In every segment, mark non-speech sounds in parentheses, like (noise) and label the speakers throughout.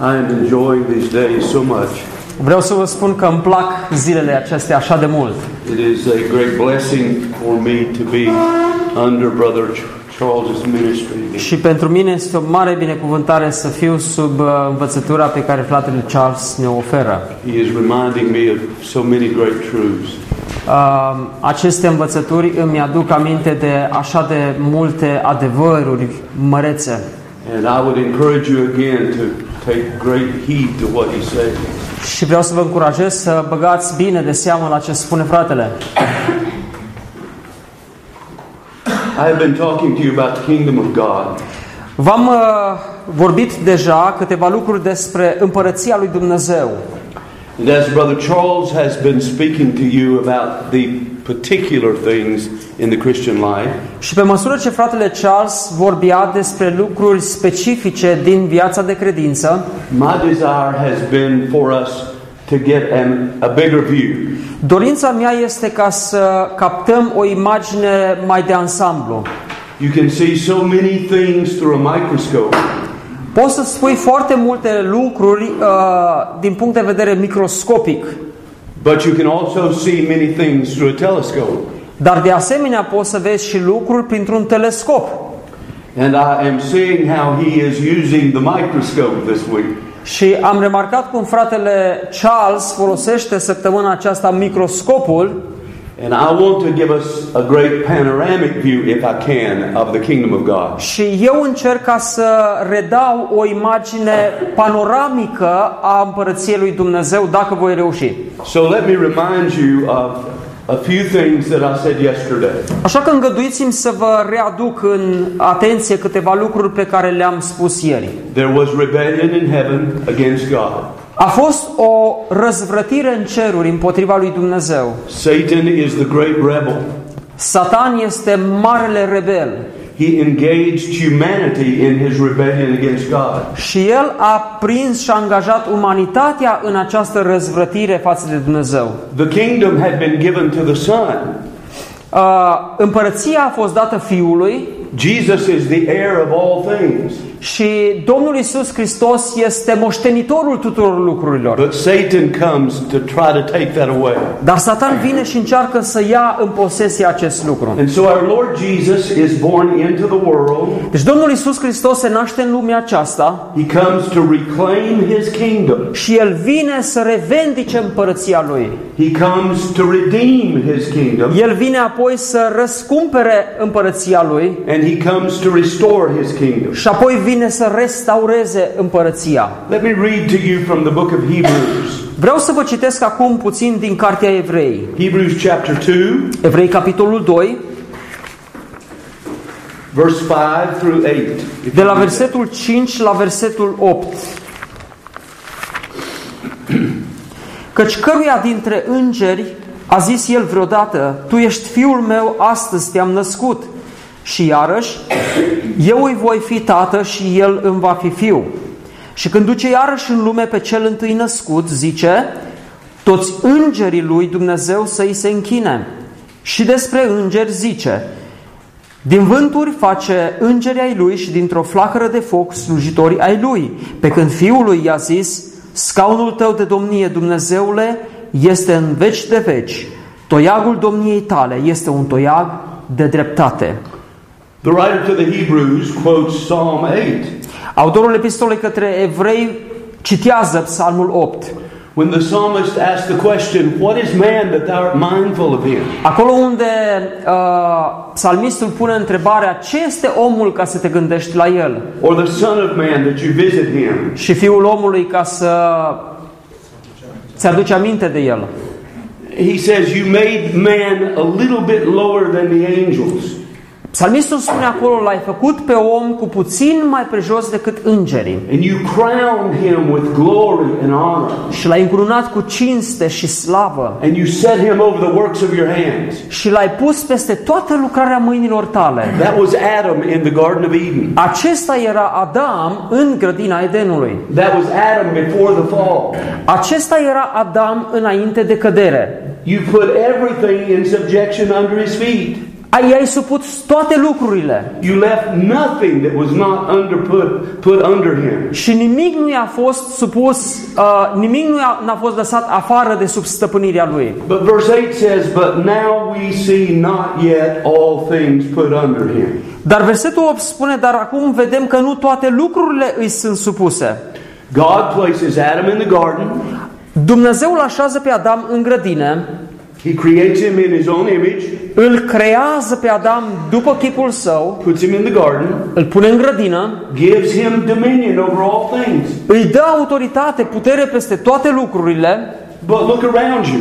Speaker 1: I am enjoying these days so much.
Speaker 2: Vreau să vă spun că îmi plac zilele acestea așa de mult.
Speaker 1: It is a great blessing for me to be under Brother Ch- Charles's ministry.
Speaker 2: Și pentru mine este o mare binecuvântare să fiu sub uh, învățătura pe care fratele Charles ne oferă.
Speaker 1: He is reminding me of so many great truths.
Speaker 2: Uh, Aceste învățături îmi aduc aminte de așa de multe adevăruri mărețe.
Speaker 1: And I would encourage you again to take great heed to what he says.
Speaker 2: Și vreau să vă încurajez să băgați bine de seamă la ce spune fratele.
Speaker 1: I have been talking to you about the kingdom of God.
Speaker 2: V-am uh, vorbit deja câteva lucruri despre împărăția lui Dumnezeu.
Speaker 1: And as Brother Charles has been speaking to you about the particular things in the Christian life,
Speaker 2: Și pe măsură ce fratele Charles vorbea despre lucruri specifice din viața de credință,
Speaker 1: my desire has been for us to get an, a bigger view.
Speaker 2: Dorința mea este ca să captăm o imagine mai de ansamblu.
Speaker 1: You can see so many things through a microscope,
Speaker 2: Poți să spui foarte multe lucruri uh, din punct de vedere microscopic,
Speaker 1: but you can also see many things through a telescope.
Speaker 2: dar de asemenea poți să vezi și lucruri printr-un telescop.
Speaker 1: And I am seeing how he is using the microscope this week.
Speaker 2: Și am remarcat cum fratele Charles folosește săptămâna aceasta microscopul
Speaker 1: And I want to give us a great panoramic view, if I can, of the kingdom of God.
Speaker 2: și eu încerc ca să redau o imagine panoramică a împărăției lui Dumnezeu, dacă voi reuși.
Speaker 1: So let me remind you of a few things that I said yesterday.
Speaker 2: Așa că îngăduiți-mi să vă readuc în atenție câteva lucruri pe care le-am spus ieri.
Speaker 1: There was rebellion in heaven against God.
Speaker 2: A fost o răzvrătire în ceruri împotriva lui Dumnezeu.
Speaker 1: Satan is the great rebel.
Speaker 2: Satan este marele rebel
Speaker 1: He engaged humanity in his rebellion against God.
Speaker 2: și el a prins și a angajat umanitatea în această răzvrătire față de Dumnezeu.
Speaker 1: The kingdom had been given to the Son.
Speaker 2: A, Împărăția a fost dată Fiului
Speaker 1: Jesus is the heir of all things.
Speaker 2: și Domnul Isus Hristos este moștenitorul tuturor lucrurilor.
Speaker 1: But Satan comes to try to take that away.
Speaker 2: Dar Satan vine și încearcă să ia în posesie acest lucru.
Speaker 1: And so our Lord Jesus is born into the world.
Speaker 2: Deci Domnul Isus Hristos se naște în lumea aceasta
Speaker 1: He comes to reclaim his kingdom.
Speaker 2: și El vine să revendice împărăția Lui.
Speaker 1: He comes to redeem his kingdom.
Speaker 2: El vine apoi să răscumpere împărăția Lui
Speaker 1: And he comes to restore his kingdom.
Speaker 2: și apoi vine să restaureze împărăția.
Speaker 1: Let me read to you from the book of Hebrews.
Speaker 2: Vreau să vă citesc acum puțin din Cartea Evrei.
Speaker 1: Hebrews chapter 2,
Speaker 2: Evrei, capitolul 2,
Speaker 1: verse 5 through 8. If
Speaker 2: de la
Speaker 1: you read that.
Speaker 2: versetul 5 la versetul 8. Căci căruia dintre îngeri a zis el vreodată, Tu ești fiul meu, astăzi te-am născut. Și iarăși, eu îi voi fi tată și el îmi va fi fiu. Și când duce iarăși în lume pe cel întâi născut, zice, toți îngerii lui Dumnezeu să îi se închine. Și despre îngeri zice, din vânturi face îngerii ai lui și dintr-o flacără de foc slujitori ai lui. Pe când fiul lui i-a zis, scaunul tău de domnie, Dumnezeule, este în veci de veci. Toiagul domniei tale este un toiag de dreptate.
Speaker 1: The writer to the Hebrews quotes Psalm 8.
Speaker 2: Autorul epistolei către evrei citează Psalmul 8.
Speaker 1: When the psalmist asked the question, What is man that thou art mindful of him?
Speaker 2: Acolo unde uh, psalmistul pune întrebarea ce este omul ca să te gândești la el
Speaker 1: Or the Son of Man that you visit him?
Speaker 2: și fiul omului ca să ți aduce aminte de el.
Speaker 1: He says, You made man a little bit lower than the angels.
Speaker 2: Psalmistul spune acolo, l-ai făcut pe om cu puțin mai prejos decât îngerii
Speaker 1: and you crowned him with glory and honor,
Speaker 2: și l-ai încurunat cu cinste și slavă
Speaker 1: and you set him over the works of your hands.
Speaker 2: și l-ai pus peste toată lucrarea mâinilor tale.
Speaker 1: That was Adam in the Garden of Eden.
Speaker 2: Acesta era Adam în grădina Edenului.
Speaker 1: That was Adam before the fall.
Speaker 2: Acesta era Adam înainte de cădere.
Speaker 1: You put everything in subjection under his feet.
Speaker 2: Ai- I-ai supus toate lucrurile
Speaker 1: You left nothing that was not under put, put under him.
Speaker 2: și nimic nu i-a fost supus, uh, nimic nu i-a, n-a fost lăsat afară de sub stăpânirea lui.
Speaker 1: But verse 8 says, But now we see not yet all things put under him.
Speaker 2: Dar versetul 8 spune, dar acum vedem că nu toate lucrurile îi sunt supuse.
Speaker 1: God places Adam in the garden.
Speaker 2: Dumnezeu îl așează pe Adam în grădină,
Speaker 1: He creates him in his own image,
Speaker 2: îl creează pe Adam după chipul său,
Speaker 1: puts him in the garden,
Speaker 2: îl pune în grădină,
Speaker 1: gives him dominion over all things.
Speaker 2: îi dă autoritate, putere peste toate lucrurile,
Speaker 1: But look around you.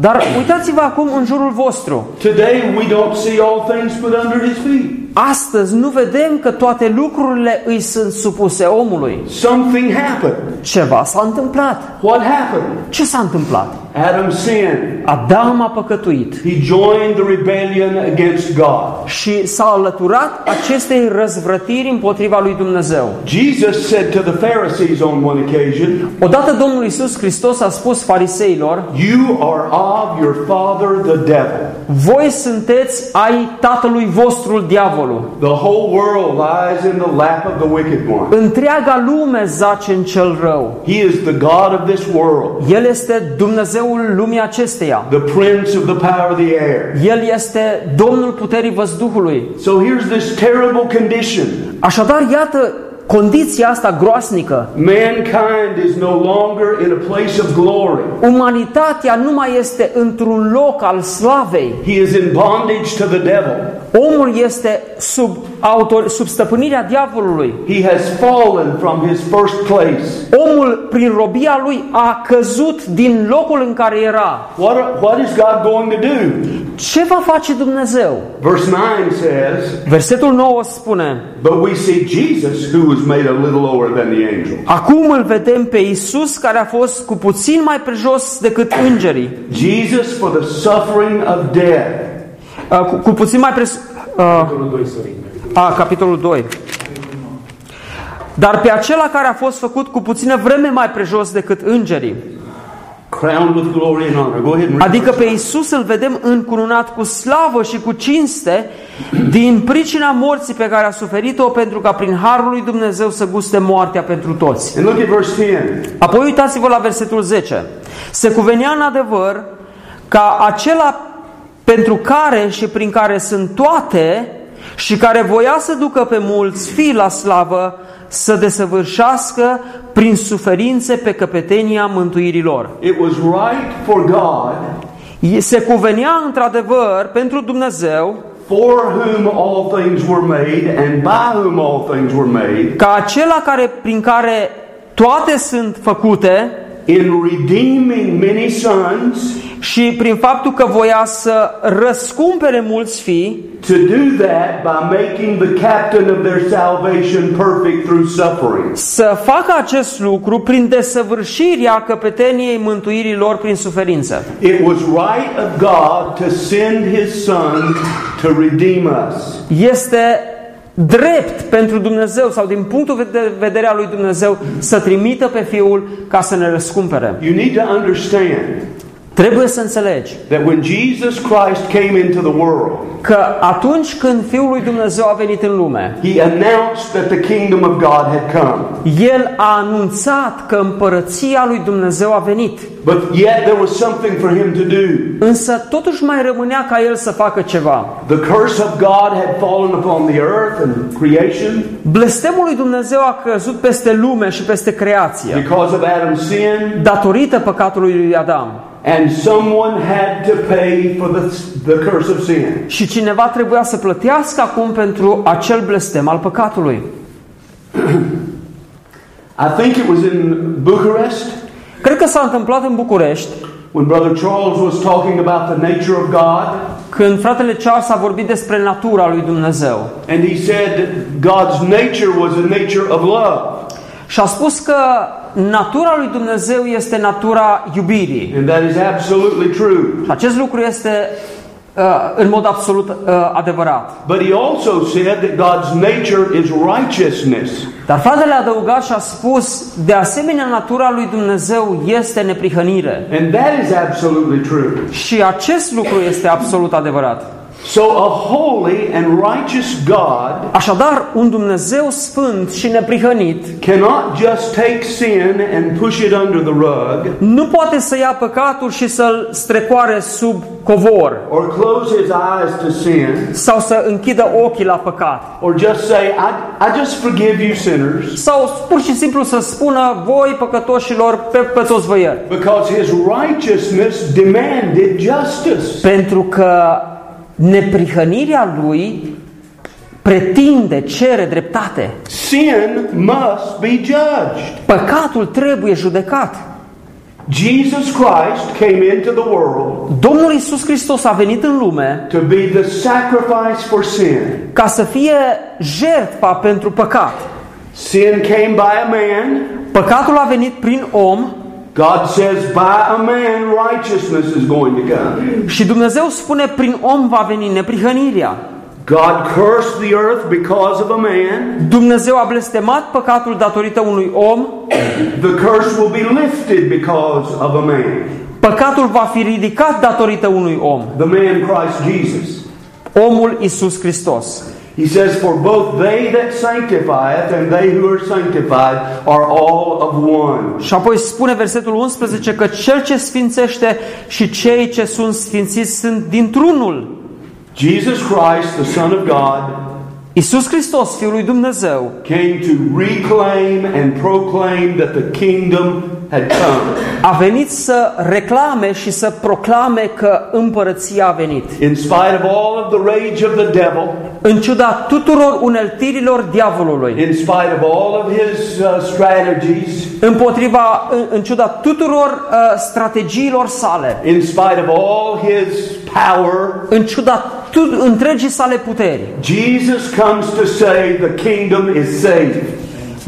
Speaker 2: dar uitați-vă acum în jurul vostru.
Speaker 1: Today we don't see all things put under his feet.
Speaker 2: Astăzi nu vedem că toate lucrurile îi sunt supuse omului.
Speaker 1: Something happened.
Speaker 2: Ceva s-a întâmplat.
Speaker 1: What happened?
Speaker 2: Ce s-a întâmplat?
Speaker 1: Adam sinned.
Speaker 2: Adam a păcătuit
Speaker 1: He joined the rebellion against God.
Speaker 2: și s-a alăturat acestei răzvrătiri împotriva lui Dumnezeu.
Speaker 1: Jesus said to the Pharisees on one occasion,
Speaker 2: Odată Domnul Iisus Hristos a spus fariseilor,
Speaker 1: You are of your father the devil.
Speaker 2: voi sunteți ai tatălui vostru diavolul.
Speaker 1: The whole world lies in the lap of the wicked one.
Speaker 2: Întreaga lume zace în cel rău.
Speaker 1: He is the God of this world,
Speaker 2: El este Dumnezeul lumii acesteia.
Speaker 1: the prince of the power of the air.
Speaker 2: El este Domnul puterii văzduhului.
Speaker 1: So here's this terrible condition.
Speaker 2: Așadar, iată condiția asta groasnică.
Speaker 1: Mankind is no longer in a place of glory.
Speaker 2: Umanitatea nu mai este într-un loc al slavei.
Speaker 1: He is in bondage to the devil.
Speaker 2: Omul este sub, autor, sub stăpânirea diavolului.
Speaker 1: He has fallen from his first place.
Speaker 2: Omul, prin robia lui, a căzut din locul în care era.
Speaker 1: What, are- what is God going to do?
Speaker 2: Ce va face Dumnezeu?
Speaker 1: Verse 9 says,
Speaker 2: Versetul 9 spune,
Speaker 1: But we see Jesus, who was made a little lower than the angel.
Speaker 2: Acum îl vedem pe Isus care a fost cu puțin mai prejos decât îngerii.
Speaker 1: Jesus for the suffering of death.
Speaker 2: Uh, Cu, cu puțin mai pres... Uh, a, capitolul 2. Dar pe acela care a fost făcut cu puțină vreme mai prejos decât îngerii.
Speaker 1: Crowned with glory and honor. Go ahead and read.
Speaker 2: Adică pe Isus îl vedem încununat cu slavă și cu cinste din pricina morții pe care a suferit-o pentru ca prin harul lui Dumnezeu să guste moartea pentru toți.
Speaker 1: And look at verse 10.
Speaker 2: Apoi uitați-vă la versetul 10. Se cuvenea în adevăr ca acela pentru care și prin care sunt toate și care voia să ducă pe mulți fii la slavă să desăvârșească prin suferințe pe căpetenia mântuirii lor.
Speaker 1: It was right for God,
Speaker 2: Se cuvenea într-adevăr pentru Dumnezeu
Speaker 1: for whom all things were made, and by whom all things were made,
Speaker 2: ca acela care, prin care toate sunt făcute
Speaker 1: in redeeming many sons,
Speaker 2: și prin faptul că voia să răscumpere mulți fii,
Speaker 1: to do that by making the captain of their salvation perfect through suffering.
Speaker 2: să facă acest lucru prin desăvârșirea căpeteniei mântuirii lor prin suferință.
Speaker 1: It was right of God to send his son to redeem us.
Speaker 2: Este drept pentru Dumnezeu sau din punctul de vedere al lui Dumnezeu să trimită pe Fiul ca să ne răscumpere.
Speaker 1: You need to understand
Speaker 2: Trebuie să înțelegi
Speaker 1: that when Jesus Christ came into the world,
Speaker 2: că atunci când Fiul lui Dumnezeu a venit în lume,
Speaker 1: he announced that the kingdom of God had come.
Speaker 2: El a anunțat că împărăția lui Dumnezeu a venit,
Speaker 1: But yet there was something for him to do.
Speaker 2: însă totuși mai rămânea ca El să facă ceva.
Speaker 1: The curse of God had fallen upon the earth and creation
Speaker 2: Blestemul lui Dumnezeu a căzut peste lume și peste creație.
Speaker 1: because of Adam's sin,
Speaker 2: datorită păcatului lui Adam.
Speaker 1: and someone had to pay for the, the curse of sin.
Speaker 2: Și cineva trebuia să plătească acum pentru acel blestem al păcatului.
Speaker 1: I think it was in Bucharest
Speaker 2: Cred că s-a întâmplat în București,
Speaker 1: when Brother Charles was talking about the nature of God.
Speaker 2: când fratele Charles a vorbit despre natura lui Dumnezeu.
Speaker 1: And he said that God's nature was the nature of love.
Speaker 2: Și a spus că natura lui Dumnezeu este natura iubirii.
Speaker 1: And that is absolutely true.
Speaker 2: Și acest lucru este uh, în mod absolut uh, adevărat.
Speaker 1: But he also said that God's nature is righteousness.
Speaker 2: Dar fratele a adăugat și a spus, de asemenea, natura lui Dumnezeu este neprihănire.
Speaker 1: And that is absolutely true.
Speaker 2: Și acest lucru este absolut adevărat.
Speaker 1: So a holy and righteous God
Speaker 2: Așadar, un Dumnezeu sfânt și neprihănit
Speaker 1: cannot just take sin and push it under the rug
Speaker 2: nu poate să ia păcatul și să-l strecoare sub covor
Speaker 1: or close his eyes to sin
Speaker 2: sau să închidă ochii la păcat.
Speaker 1: or just say, I, I just forgive you sinners.
Speaker 2: Sau pur și simplu să spună voi păcătoșilor pe, pe toți vă iert.
Speaker 1: Because his righteousness demanded justice.
Speaker 2: Pentru că neprihănirea lui pretinde, cere dreptate.
Speaker 1: Sin must be judged.
Speaker 2: Păcatul trebuie judecat.
Speaker 1: Jesus Christ came into the world
Speaker 2: Domnul Isus Hristos a venit în lume
Speaker 1: to be the sacrifice for sin.
Speaker 2: ca să fie jertfa pentru păcat.
Speaker 1: Sin came by a man.
Speaker 2: Păcatul a venit prin om
Speaker 1: God says, by a man, righteousness is going to come.
Speaker 2: și Dumnezeu spune prin om va veni neprihănirea.
Speaker 1: God cursed the earth because of a man.
Speaker 2: Dumnezeu a blestemat păcatul datorită unui om,
Speaker 1: The curse will be lifted because of a man.
Speaker 2: păcatul va fi ridicat datorită unui om,
Speaker 1: The man Christ Jesus.
Speaker 2: omul Isus Hristos.
Speaker 1: He says, For both they that sanctifieth and they who are sanctified are all of one.
Speaker 2: Și apoi spune versetul 11 că cel ce sfințește și cei ce sunt sfințiți sunt dintr-unul.
Speaker 1: Jesus Christ, the Son of God,
Speaker 2: Isus Hristos, Fiul lui Dumnezeu,
Speaker 1: came to reclaim and proclaim that the kingdom had come.
Speaker 2: a venit să reclame și să proclame că împărăția a venit.
Speaker 1: In spite of all of the rage of the devil,
Speaker 2: În ciuda tuturor uneltirilor diavolului,
Speaker 1: in spite of all of his uh, strategies,
Speaker 2: împotriva, în, în ciuda tuturor uh, strategiilor sale,
Speaker 1: in spite of all his power,
Speaker 2: în ciuda tu, întregii sale puteri.
Speaker 1: Jesus comes to say the kingdom is safe.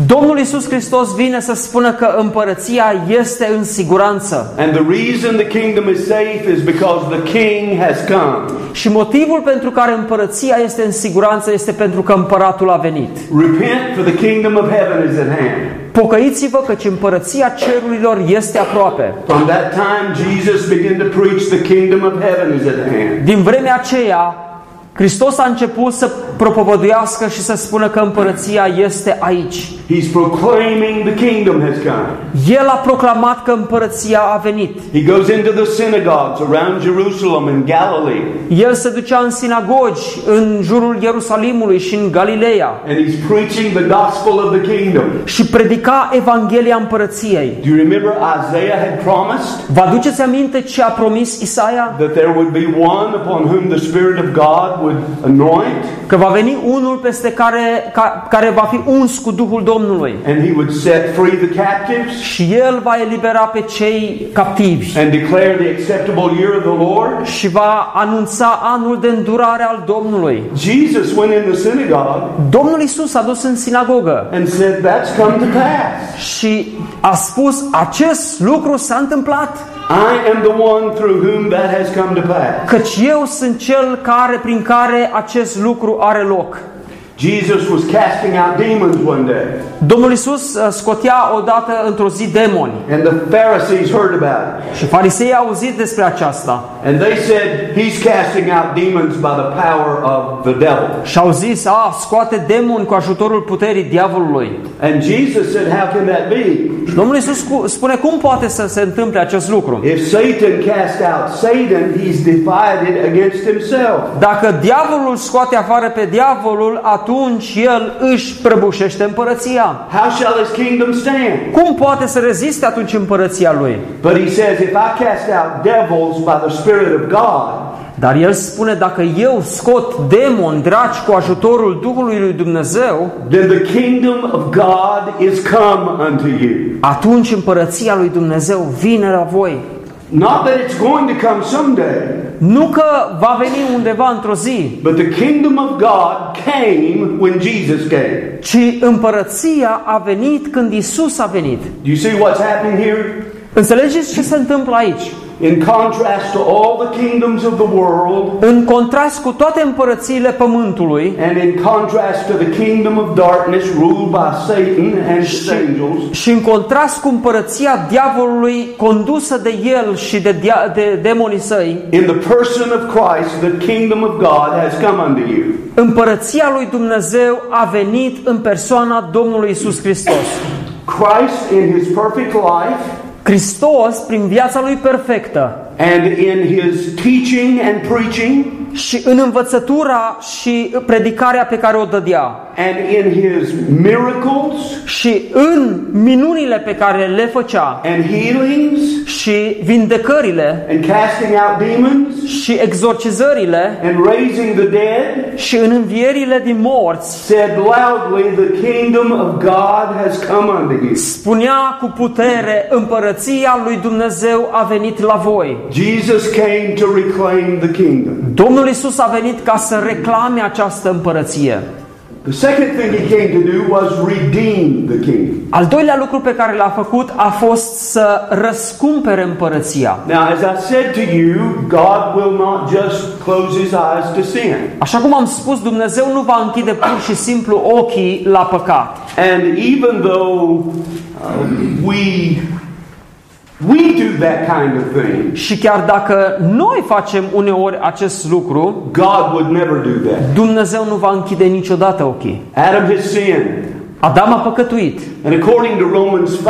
Speaker 2: Domnul Isus Hristos vine să spună că împărăția este în siguranță.
Speaker 1: And the reason the kingdom is safe is because the king has come.
Speaker 2: Și motivul pentru care împărăția este în siguranță este pentru că împăratul a venit.
Speaker 1: Repent, for the kingdom of heaven is at hand.
Speaker 2: Pocăiți-vă căci împărăția cerurilor este aproape.
Speaker 1: From that time, Jesus began to preach the kingdom of heaven is at hand.
Speaker 2: Din vremea aceea, Hristos a început să propovăduiască și să spună că împărăția este aici.
Speaker 1: He's proclaiming the kingdom has come.
Speaker 2: El a proclamat că împărăția a venit.
Speaker 1: He goes into the synagogues around Jerusalem and Galilee,
Speaker 2: El se ducea în sinagogi, în jurul Ierusalimului și în Galileea.
Speaker 1: and he's preaching the gospel of the kingdom.
Speaker 2: și predica Evanghelia Împărăției.
Speaker 1: Do you remember Isaiah had promised
Speaker 2: Vă aduceți aminte ce a promis Isaia?
Speaker 1: that there would be one upon whom the Spirit of God would anoint,
Speaker 2: Că va veni unul peste care, ca, care va fi uns cu Duhul Domnului
Speaker 1: and he would set free the captives?
Speaker 2: și El va elibera pe cei captivi
Speaker 1: and declare the acceptable year of the Lord.
Speaker 2: și va anunța anul de îndurare al Domnului.
Speaker 1: Jesus went in the synagogue
Speaker 2: Domnul Isus a dus în sinagogă
Speaker 1: and said, That's come to pass.
Speaker 2: și a spus acest lucru s-a întâmplat,
Speaker 1: I am the one through whom that has come to pass.
Speaker 2: căci eu sunt cel care prin care acest lucru are loc.
Speaker 1: Jesus was casting out demons one day,
Speaker 2: Domnul Isus uh, scotea odată într-o zi demoni
Speaker 1: and the Pharisees heard about it.
Speaker 2: Și fariseii au auzit despre aceasta
Speaker 1: And they said, He's casting out demons by the power of the devil.
Speaker 2: și au zis, a, scoate demoni cu ajutorul puterii diavolului.
Speaker 1: And Jesus said, How can that be?
Speaker 2: Și Domnul Iisus scu- spune, cum poate să se întâmple acest lucru?
Speaker 1: If Satan cast out Satan, he's divided against himself.
Speaker 2: Dacă diavolul scoate afară pe diavolul, atunci el își prăbușește împărăția.
Speaker 1: How shall his kingdom stand?
Speaker 2: Cum poate să reziste atunci împărăția lui?
Speaker 1: But he says, if I cast out devils by the Spirit of God,
Speaker 2: Dar el spune, dacă eu scot demon dragi cu ajutorul Duhului lui Dumnezeu,
Speaker 1: then the kingdom of God is come unto you.
Speaker 2: atunci împărăția lui Dumnezeu vine la voi.
Speaker 1: Not that it's going to come someday,
Speaker 2: Nu că va veni undeva într-o zi,
Speaker 1: but the kingdom of God came when Jesus came.
Speaker 2: ci împărăția a venit când Isus a venit.
Speaker 1: Do you see what's happening here?
Speaker 2: Înțelegeți ce se întâmplă aici?
Speaker 1: In contrast to all the kingdoms of the world,
Speaker 2: În contrast cu toate împărățiile pământului
Speaker 1: and in contrast to the kingdom of darkness ruled by Satan and his angels,
Speaker 2: și în contrast cu împărăția diavolului condusă de el și de, dia- de demonii săi,
Speaker 1: in the person of Christ, the kingdom of God has come unto you.
Speaker 2: Împărăția lui Dumnezeu a venit în persoana Domnului Isus Hristos.
Speaker 1: Christ, in his perfect life,
Speaker 2: Hristos, prin viața lui perfectă
Speaker 1: and in his teaching and preaching,
Speaker 2: și în învățătura și predicarea pe care o dădea
Speaker 1: and in his miracles
Speaker 2: și în minunile pe care le făcea
Speaker 1: and healings,
Speaker 2: și vindecările
Speaker 1: and casting out demons,
Speaker 2: și exorcizările
Speaker 1: and raising the dead,
Speaker 2: și în învierile din morți,
Speaker 1: said loudly, The kingdom of God has come unto you.
Speaker 2: spunea cu putere, împărăția lui Dumnezeu a venit la voi.
Speaker 1: Jesus came to reclaim the kingdom.
Speaker 2: Domnul Isus a venit ca să reclame această împărăție.
Speaker 1: The second thing he came to do was redeem the kingdom.
Speaker 2: Al doilea lucru pe care l-a făcut a fost să răscumpere împărăția.
Speaker 1: Now, as I said to you, God will not just close his eyes to sin.
Speaker 2: Așa cum am spus, Dumnezeu nu va închide pur și simplu ochii la păcat.
Speaker 1: And even though uh, we we do that kind of thing,
Speaker 2: Și chiar dacă noi facem uneori acest lucru,
Speaker 1: God would never do that.
Speaker 2: Dumnezeu nu va închide niciodată ochii.
Speaker 1: Adam has sinned.
Speaker 2: Adam a păcătuit
Speaker 1: And according to Romans 5,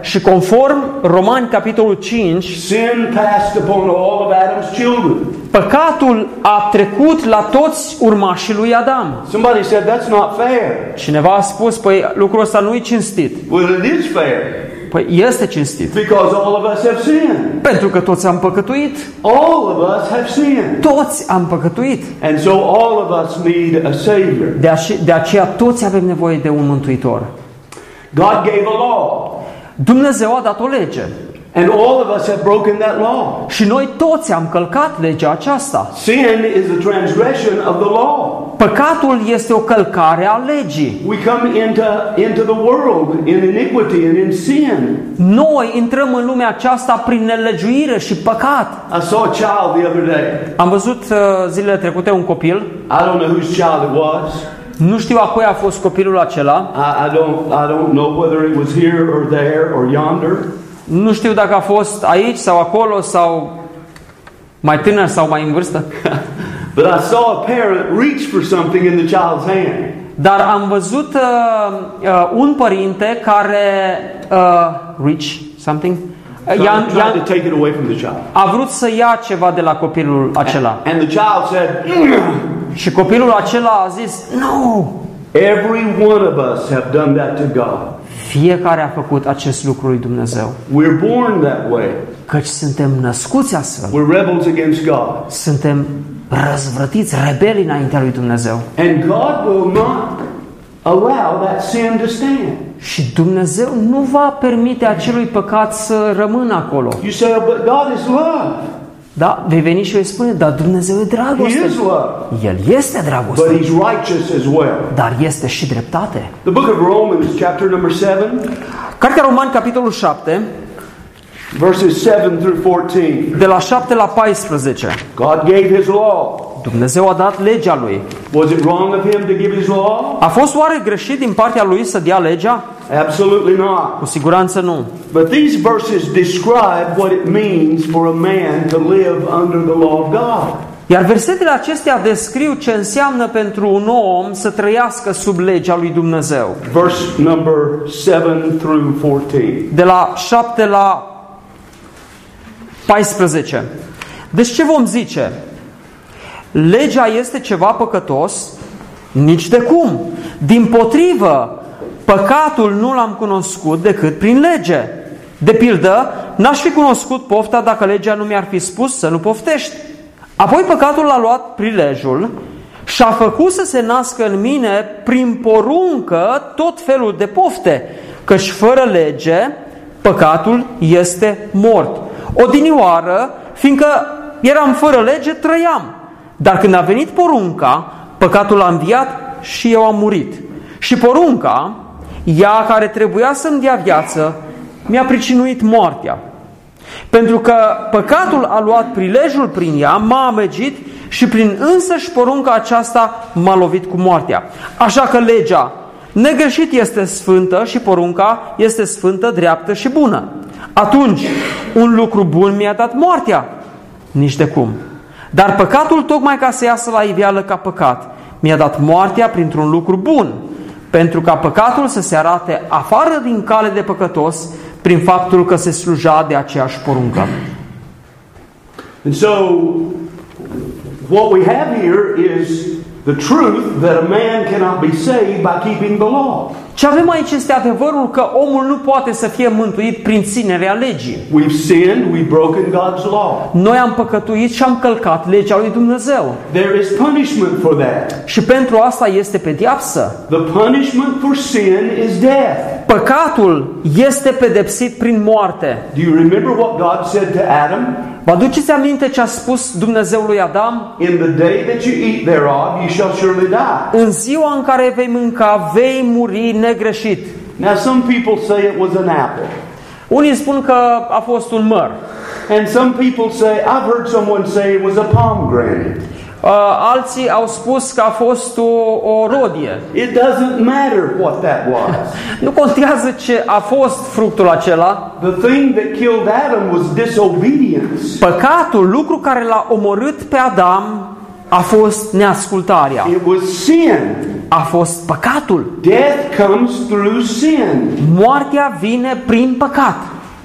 Speaker 2: și conform Romani capitolul 5,
Speaker 1: sin passed upon all of Adam's children.
Speaker 2: păcatul a trecut la toți urmașii lui Adam.
Speaker 1: Somebody said that's not fair.
Speaker 2: Cineva a spus, păi lucrul ăsta nu e cinstit.
Speaker 1: Well, it is fair
Speaker 2: Păi este cinstit.
Speaker 1: because all of us have sinned.
Speaker 2: Pentru că toți am păcătuit.
Speaker 1: All of us have sinned.
Speaker 2: Toți am păcătuit.
Speaker 1: And so all of us need a Savior.
Speaker 2: De, ace- de aceea toți avem nevoie de un mântuitor.
Speaker 1: God gave a law,
Speaker 2: Dumnezeu a dat o lege
Speaker 1: and all of us have broken that law.
Speaker 2: și noi toți am călcat legea aceasta.
Speaker 1: Sin is a transgression of the law.
Speaker 2: Păcatul este o călcare a legii.
Speaker 1: We come into, into the world in iniquity and in sin.
Speaker 2: Noi intrăm în lumea aceasta prin nelegiuire și păcat.
Speaker 1: I saw a child the other day.
Speaker 2: Am văzut uh, zilele trecute un copil,
Speaker 1: I don't know whose child it was.
Speaker 2: nu știu a cui a fost copilul acela,
Speaker 1: I, I don't I don't know whether it was here or there or yonder.
Speaker 2: nu știu dacă a fost aici sau acolo sau mai tânăr sau mai în vârstă,
Speaker 1: But I saw a parent reach for something in the child's hand.
Speaker 2: dar am văzut uh, uh, un părinte care uh, reach something Uh,
Speaker 1: Trying,
Speaker 2: i-a,
Speaker 1: trying
Speaker 2: i-a,
Speaker 1: to take it away from the child.
Speaker 2: a vrut să ia ceva de la copilul acela
Speaker 1: And the child said, "Mm."
Speaker 2: și copilul acela a zis nu
Speaker 1: Every one of us have done that to God.
Speaker 2: fiecare a făcut acest lucru lui Dumnezeu
Speaker 1: We're born that way.
Speaker 2: căci suntem născuți astfel
Speaker 1: We're rebels against God.
Speaker 2: suntem răzvrătiți rebeli înaintea lui Dumnezeu
Speaker 1: And God will not allow that sin to stand.
Speaker 2: și Dumnezeu nu va permite acelui păcat să rămână acolo
Speaker 1: You say, "Oh, but God is love.
Speaker 2: da? vei veni și vei spune dar Dumnezeu e
Speaker 1: He
Speaker 2: dragoste
Speaker 1: is love.
Speaker 2: El este dragoste
Speaker 1: But He's righteous as well.
Speaker 2: dar este și dreptate.
Speaker 1: The book of Romans, chapter number 7,
Speaker 2: Cartea Roman, capitolul 7,
Speaker 1: verses 7 through 14.
Speaker 2: de la 7 la 14.
Speaker 1: God gave his law.
Speaker 2: Dumnezeu a dat legea lui.
Speaker 1: Was it wrong of him to give his law?
Speaker 2: A fost oare greșit din partea lui să dea legea?
Speaker 1: Absolutely not.
Speaker 2: Cu siguranță nu.
Speaker 1: But these verses describe what it means for a man to live under the law of God.
Speaker 2: Iar versetele acestea descriu ce înseamnă pentru un om să trăiască sub legea lui Dumnezeu.
Speaker 1: Verse number 7 through 14.
Speaker 2: De la 7 la 14. Deci ce vom zice? Legea este ceva păcătos? Nici de cum. Din potrivă, păcatul nu l-am cunoscut decât prin lege. De pildă, n-aș fi cunoscut pofta dacă legea nu mi-ar fi spus să nu poftești. Apoi păcatul l-a luat prilejul și a făcut să se nască în mine prin poruncă tot felul de pofte, căci fără lege păcatul este mort. Odinioară, fiindcă eram fără lege, trăiam. Dar când a venit porunca, păcatul a înviat și eu am murit. Și porunca, ea care trebuia să-mi dea viață, mi-a pricinuit moartea. Pentru că păcatul a luat prilejul prin ea, m-a amăgit și prin însăși porunca aceasta m-a lovit cu moartea. Așa că legea negreșit este sfântă și porunca este sfântă, dreaptă și bună. Atunci, un lucru bun mi-a dat moartea. Nici de cum. Dar păcatul, tocmai ca să iasă la iveală ca păcat, mi-a dat moartea printr-un lucru bun, pentru ca păcatul să se arate afară din cale de păcătos prin faptul că se sluja de aceeași poruncă.
Speaker 1: And so, what we have here is the truth that a man cannot be saved by keeping the law.
Speaker 2: Ce avem aici este adevărul că omul nu poate să fie mântuit prin ținerea legii.
Speaker 1: We've sinned, we've broken God's law.
Speaker 2: Noi am păcătuit și am călcat legea lui Dumnezeu.
Speaker 1: There is punishment for that.
Speaker 2: Și pentru asta este pediapsă.
Speaker 1: The punishment for sin is death.
Speaker 2: Păcatul este pedepsit prin moarte.
Speaker 1: Do you remember what God said to Adam?
Speaker 2: Vă aduceți aminte ce a spus Dumnezeu lui Adam?
Speaker 1: In the day that you eat thereof, you shall surely die.
Speaker 2: În ziua în care vei mânca, vei muri negreșit.
Speaker 1: Now, some people say it was an apple.
Speaker 2: Unii spun că a fost un măr. Uh,
Speaker 1: And some people say, I've heard someone say it was a pomegranate.
Speaker 2: Uh, Alții au spus că a fost o, o rodie.
Speaker 1: It doesn't matter what that was.
Speaker 2: Nu contează ce a fost fructul acela.
Speaker 1: The thing that killed Adam was disobedience.
Speaker 2: Păcatul, lucru care l-a omorât pe Adam, a fost neascultarea.
Speaker 1: It was sin.
Speaker 2: A fost păcatul.
Speaker 1: Death comes through sin.
Speaker 2: Moartea vine prin păcat.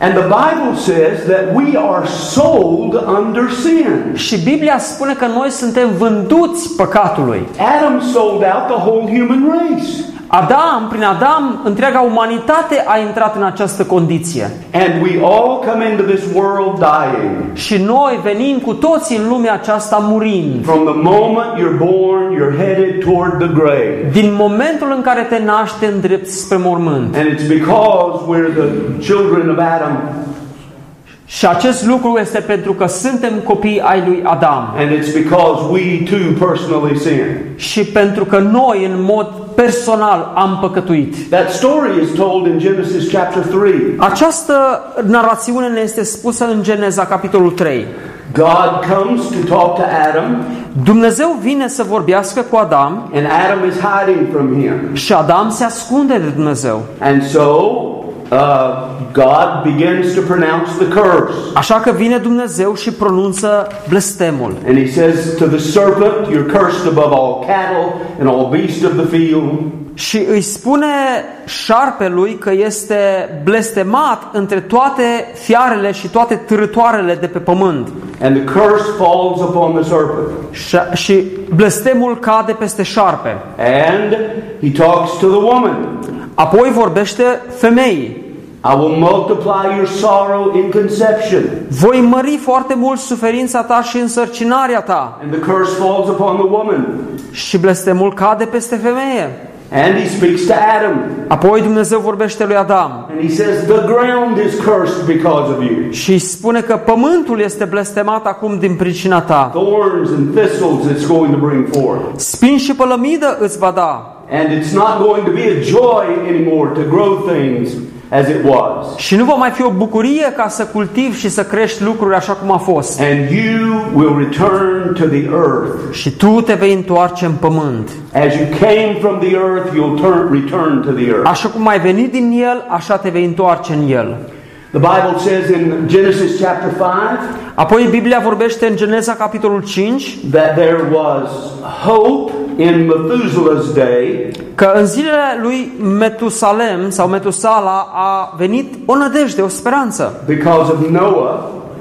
Speaker 1: And the Bible says that we are sold under sin.
Speaker 2: Și Biblia spune că noi suntem vânduți păcatului.
Speaker 1: Adam sold out the whole human race.
Speaker 2: Adam, prin Adam, întreaga umanitate a intrat în această condiție.
Speaker 1: And we all come into this world dying.
Speaker 2: Și noi venim cu toții în lumea aceasta murind.
Speaker 1: From the moment you're born, you're headed toward the grave.
Speaker 2: Din momentul în care te naști, te îndrepți spre mormânt.
Speaker 1: And it's because we're the children of Adam,
Speaker 2: Și acest lucru este pentru că suntem copii ai lui Adam.
Speaker 1: and it's because we too personally sin.
Speaker 2: Și pentru că noi, în mod personal, am păcătuit.
Speaker 1: That story is told in Genesis chapter 3.
Speaker 2: Această narațiune ne este spusă în Geneza, capitolul 3.
Speaker 1: God comes to talk to Adam,
Speaker 2: Dumnezeu vine să vorbească cu Adam
Speaker 1: and Adam is hiding from him.
Speaker 2: și Adam se ascunde de Dumnezeu.
Speaker 1: And so uh, God begins to pronounce the curse.
Speaker 2: Așa că vine Dumnezeu și pronunță blestemul.
Speaker 1: And he says to the serpent, You're cursed above all cattle and all beasts of the field.
Speaker 2: Și îi spune șarpelui că este blestemat între toate fiarele și toate târătoarele de pe pământ.
Speaker 1: And the curse falls upon the serpent.
Speaker 2: Și, și blestemul cade peste șarpe.
Speaker 1: And he talks to the woman.
Speaker 2: Apoi vorbește femeii.
Speaker 1: I will multiply your sorrow in conception.
Speaker 2: Voi mări foarte mult suferința ta și însărcinarea ta.
Speaker 1: And the curse falls upon the woman.
Speaker 2: Și blestemul cade peste femeie.
Speaker 1: And he speaks to Adam.
Speaker 2: Apoi Dumnezeu vorbește lui Adam
Speaker 1: And he says, The ground is cursed because of you.
Speaker 2: și îi spune că pământul este blestemat acum din pricina ta.
Speaker 1: Thorns and thistles it's going to bring forth.
Speaker 2: Spin și pălămidă îți va da
Speaker 1: And it's not going to be a joy anymore to grow things as it was.
Speaker 2: și nu va mai fi o bucurie ca să cultivi și să crești lucruri așa cum a fost.
Speaker 1: And you will return to the earth.
Speaker 2: Și tu te vei întoarce în pământ.
Speaker 1: As you came from the earth, you'll turn, return to the earth.
Speaker 2: Așa cum ai venit din el, așa te vei întoarce în el.
Speaker 1: The Bible says in Genesis chapter 5
Speaker 2: Apoi Biblia vorbește în Geneza capitolul 5
Speaker 1: that there was hope in Methuselah's day,
Speaker 2: că în zilele lui Metusalem sau Metusala a venit o nădejde, o speranță,
Speaker 1: because of Noah,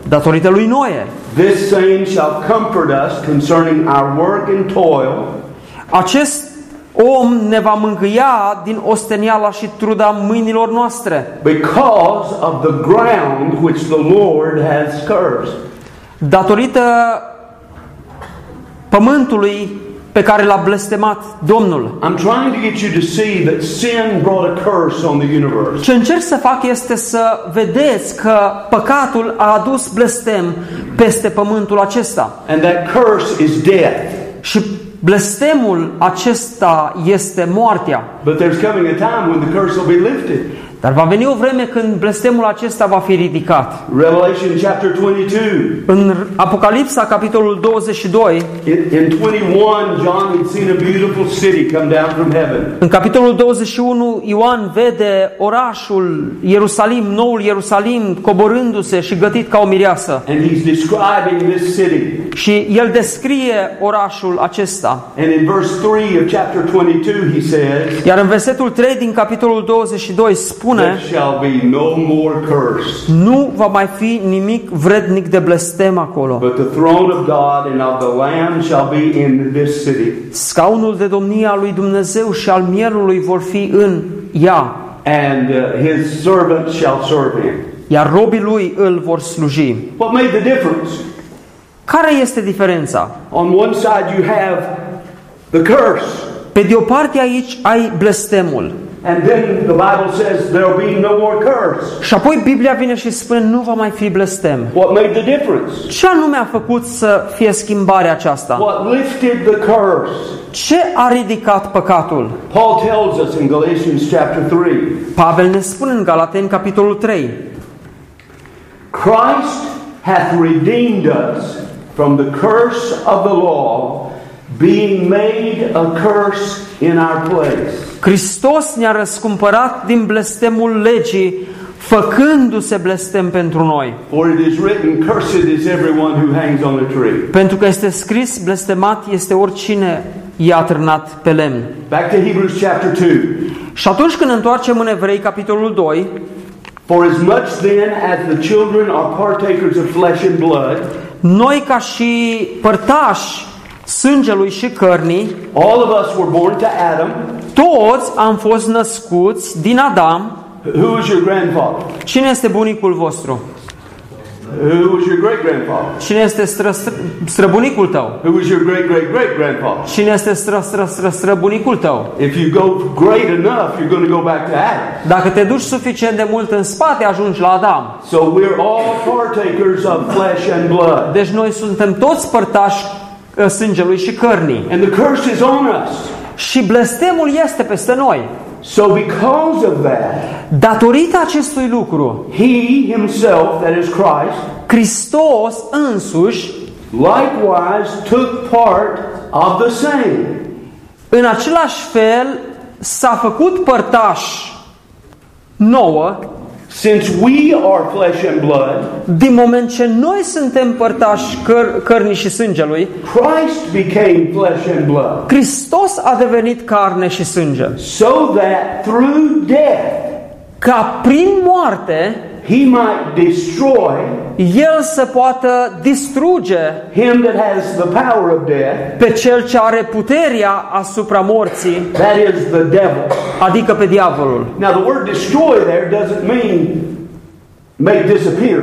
Speaker 2: datorită lui Noe.
Speaker 1: this same shall comfort us concerning our work and toil,
Speaker 2: Acest om ne va mângâia din osteniala și truda mâinilor noastre,
Speaker 1: because of the ground which the Lord has cursed.
Speaker 2: datorită pământului pe care l-a blestemat Domnul.
Speaker 1: I'm trying to get you to see that sin brought a curse on the universe.
Speaker 2: Ce încerc să fac este să vedeți că păcatul a adus blestem peste pământul acesta.
Speaker 1: And that curse is death.
Speaker 2: Și blestemul acesta este moartea.
Speaker 1: But there's coming a time when the curse will be lifted.
Speaker 2: Dar va veni o vreme când blestemul acesta va fi ridicat.
Speaker 1: Revelation chapter 22.
Speaker 2: În Apocalipsa, capitolul 22,
Speaker 1: In, in 21, John had seen a beautiful city come down from heaven.
Speaker 2: în capitolul 21, Ioan vede orașul Ierusalim, noul Ierusalim, coborându-se și gătit ca o mireasă.
Speaker 1: And he's describing this city.
Speaker 2: Și el descrie orașul acesta.
Speaker 1: And in verse 3 of chapter 22, he says,
Speaker 2: Iar în versetul 3 din capitolul 22
Speaker 1: There
Speaker 2: spune
Speaker 1: shall be no more curse,
Speaker 2: Nu va mai fi nimic vrednic de blestem acolo.
Speaker 1: but the throne of God and of the Lamb shall be in this city.
Speaker 2: Scaunul de domnie al lui Dumnezeu și al mielului vor fi în ea,
Speaker 1: And uh, his servants shall serve him.
Speaker 2: iar robii lui îl vor sluji.
Speaker 1: What made the difference?
Speaker 2: Care este diferența?
Speaker 1: On one side, you have the curse,
Speaker 2: Pe de o parte aici ai blestemul.
Speaker 1: and then the Bible says there'll be no more curse.
Speaker 2: Și apoi Biblia vine și spune nu va mai fi blestem.
Speaker 1: What made the difference?
Speaker 2: Ce anume a făcut să fie schimbarea aceasta?
Speaker 1: What lifted the curse?
Speaker 2: Ce a ridicat păcatul?
Speaker 1: Paul tells us in Galatians chapter 3
Speaker 2: Pavel ne spune în Galateni capitolul 3.
Speaker 1: Christ hath redeemed us from the curse of the law, being made a curse in our place.
Speaker 2: Hristos ne-a răscumpărat din blestemul legii, făcându-se blestem pentru noi.
Speaker 1: For it is written, Cursed is everyone who hangs on a tree.
Speaker 2: Pentru că este scris, blestemat este oricine i-a târnat pe lemn.
Speaker 1: Back to Hebrews chapter 2.
Speaker 2: Și atunci când întoarcem în Evrei capitolul 2,
Speaker 1: For as much then as the children are partakers of flesh and blood,
Speaker 2: noi ca și părtași sângelui și cărnii,
Speaker 1: all of us were born to Adam.
Speaker 2: toți am fost născuți din Adam.
Speaker 1: Who was your grandfather?
Speaker 2: Cine este bunicul vostru?
Speaker 1: Who was your great grandfather?
Speaker 2: Cine este stră, stră, străbunicul tău?
Speaker 1: Who was your great great great grandfather?
Speaker 2: Cine este stră, stră, stră, străbunicul tău?
Speaker 1: If you go great enough, you're going to go back to Adam.
Speaker 2: Dacă te duci suficient de mult în spate, ajungi la Adam.
Speaker 1: So we're all partakers of flesh and blood.
Speaker 2: Deci noi suntem toți părtași ă, sângelui și cărnii.
Speaker 1: And the curse is on us.
Speaker 2: Și blestemul este peste noi.
Speaker 1: So because of that,
Speaker 2: Datorită acestui lucru,
Speaker 1: he himself, that is Christ,
Speaker 2: Hristos însuși,
Speaker 1: likewise took part of the same.
Speaker 2: în același fel, s-a făcut părtaș nouă,
Speaker 1: Since we are flesh and blood,
Speaker 2: din moment ce noi suntem părtași căr- cărnii și sângelui,
Speaker 1: Christ became flesh and blood.
Speaker 2: Hristos a devenit carne și sânge.
Speaker 1: So that through death,
Speaker 2: Ca prin moarte,
Speaker 1: he might destroy
Speaker 2: El să poată distruge
Speaker 1: Him that has the power of death,
Speaker 2: pe cel ce are puterea asupra morții,
Speaker 1: that is the devil.
Speaker 2: adică pe diavolul.
Speaker 1: Now, the word destroy there doesn't mean make disappear,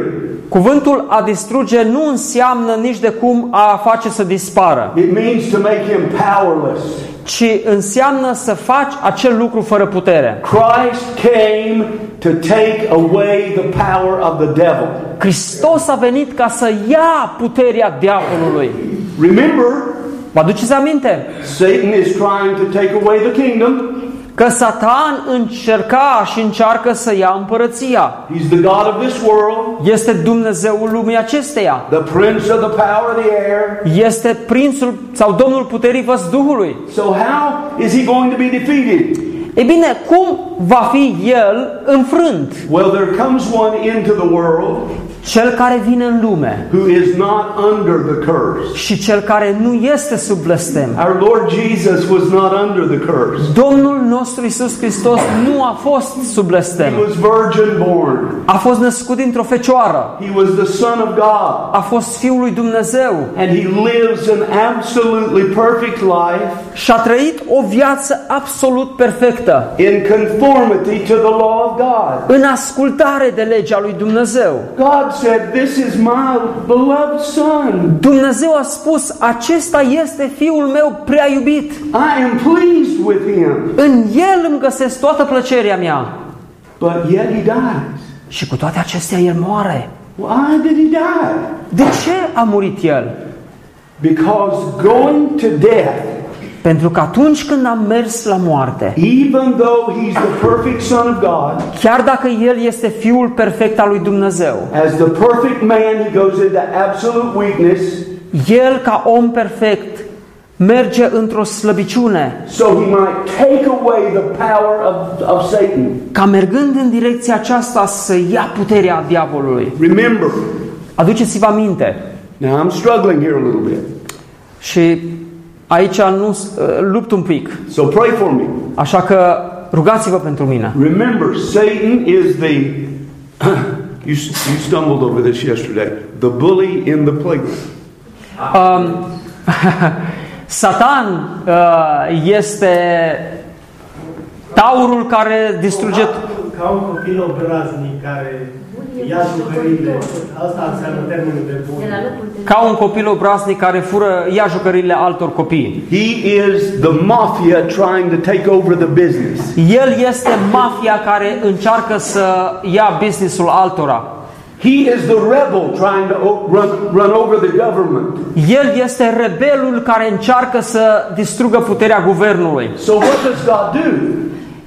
Speaker 2: Cuvântul a distruge nu înseamnă nici de cum a face să dispară,
Speaker 1: it means to make him powerless.
Speaker 2: ci înseamnă să faci acel lucru fără putere.
Speaker 1: Christ came to take away the power of the devil.
Speaker 2: Hristos a venit ca să ia puterea diavolului.
Speaker 1: Remember,
Speaker 2: Vă aduceți aminte?
Speaker 1: Satan is trying to take away the kingdom.
Speaker 2: Că Satan încerca și încearcă să ia împărăția.
Speaker 1: He's the God of this world,
Speaker 2: Este Dumnezeul lumii acesteia.
Speaker 1: the prince of the power of the air.
Speaker 2: Este prințul sau domnul puterii văzduhului.
Speaker 1: So, how is he going to be defeated?
Speaker 2: E bine, cum va fi el înfrânt?
Speaker 1: Well, there comes one into the world
Speaker 2: Cel care vine în lume
Speaker 1: who is not under the curse.
Speaker 2: și cel care nu este sub blestem.
Speaker 1: Our Lord Jesus was not under the curse.
Speaker 2: Domnul nostru Isus Hristos nu a fost sub
Speaker 1: He
Speaker 2: blestem.
Speaker 1: was virgin born.
Speaker 2: A fost născut dintr-o fecioară.
Speaker 1: He was the Son of God.
Speaker 2: A fost Fiul lui Dumnezeu
Speaker 1: And he lives an absolutely perfect life
Speaker 2: și a trăit o viață absolut perfectă,
Speaker 1: in conformity to the law of God.
Speaker 2: în ascultare de legea lui Dumnezeu.
Speaker 1: God said, This is my beloved son.
Speaker 2: Dumnezeu a spus, acesta este fiul meu prea iubit.
Speaker 1: I am pleased with him.
Speaker 2: În el îmi găsesc toată plăcerea mea.
Speaker 1: But yet he dies.
Speaker 2: Și cu toate acestea el moare.
Speaker 1: Why did he die?
Speaker 2: De ce a murit el?
Speaker 1: Because going to death,
Speaker 2: Pentru că atunci când a mers la moarte,
Speaker 1: even though he's the perfect son of God,
Speaker 2: chiar dacă el este fiul perfect al lui Dumnezeu,
Speaker 1: as the perfect man, he goes into absolute weakness
Speaker 2: el ca om perfect merge într-o slăbiciune,
Speaker 1: so he might take away the power of, of Satan.
Speaker 2: ca mergând în direcția aceasta să ia puterea diavolului.
Speaker 1: Remember,
Speaker 2: Aduceți-vă aminte,
Speaker 1: now I'm struggling here a little bit,
Speaker 2: Și aici nu ă, lupt un pic,
Speaker 1: so pray for me.
Speaker 2: așa că rugați-vă pentru mine.
Speaker 1: Remember, Satan is the. (clears throat) you, you stumbled over this yesterday. The bully in the playground.
Speaker 2: Um, (laughs) Satan uh, este taurul care distruge
Speaker 3: Ca un copil obraznic care ia jucăriile. Asta înseamnă termenul de bun.
Speaker 4: de la locul de
Speaker 2: ca un copil obraznic care fură ia jucările altor copii.
Speaker 1: He is the mafia trying to take over the business.
Speaker 2: El este mafia care încearcă să ia businessul altora.
Speaker 1: He is the rebel trying to o- run, run over the government.
Speaker 2: El este rebelul care încearcă să distrugă puterea guvernului.
Speaker 1: So what does God do?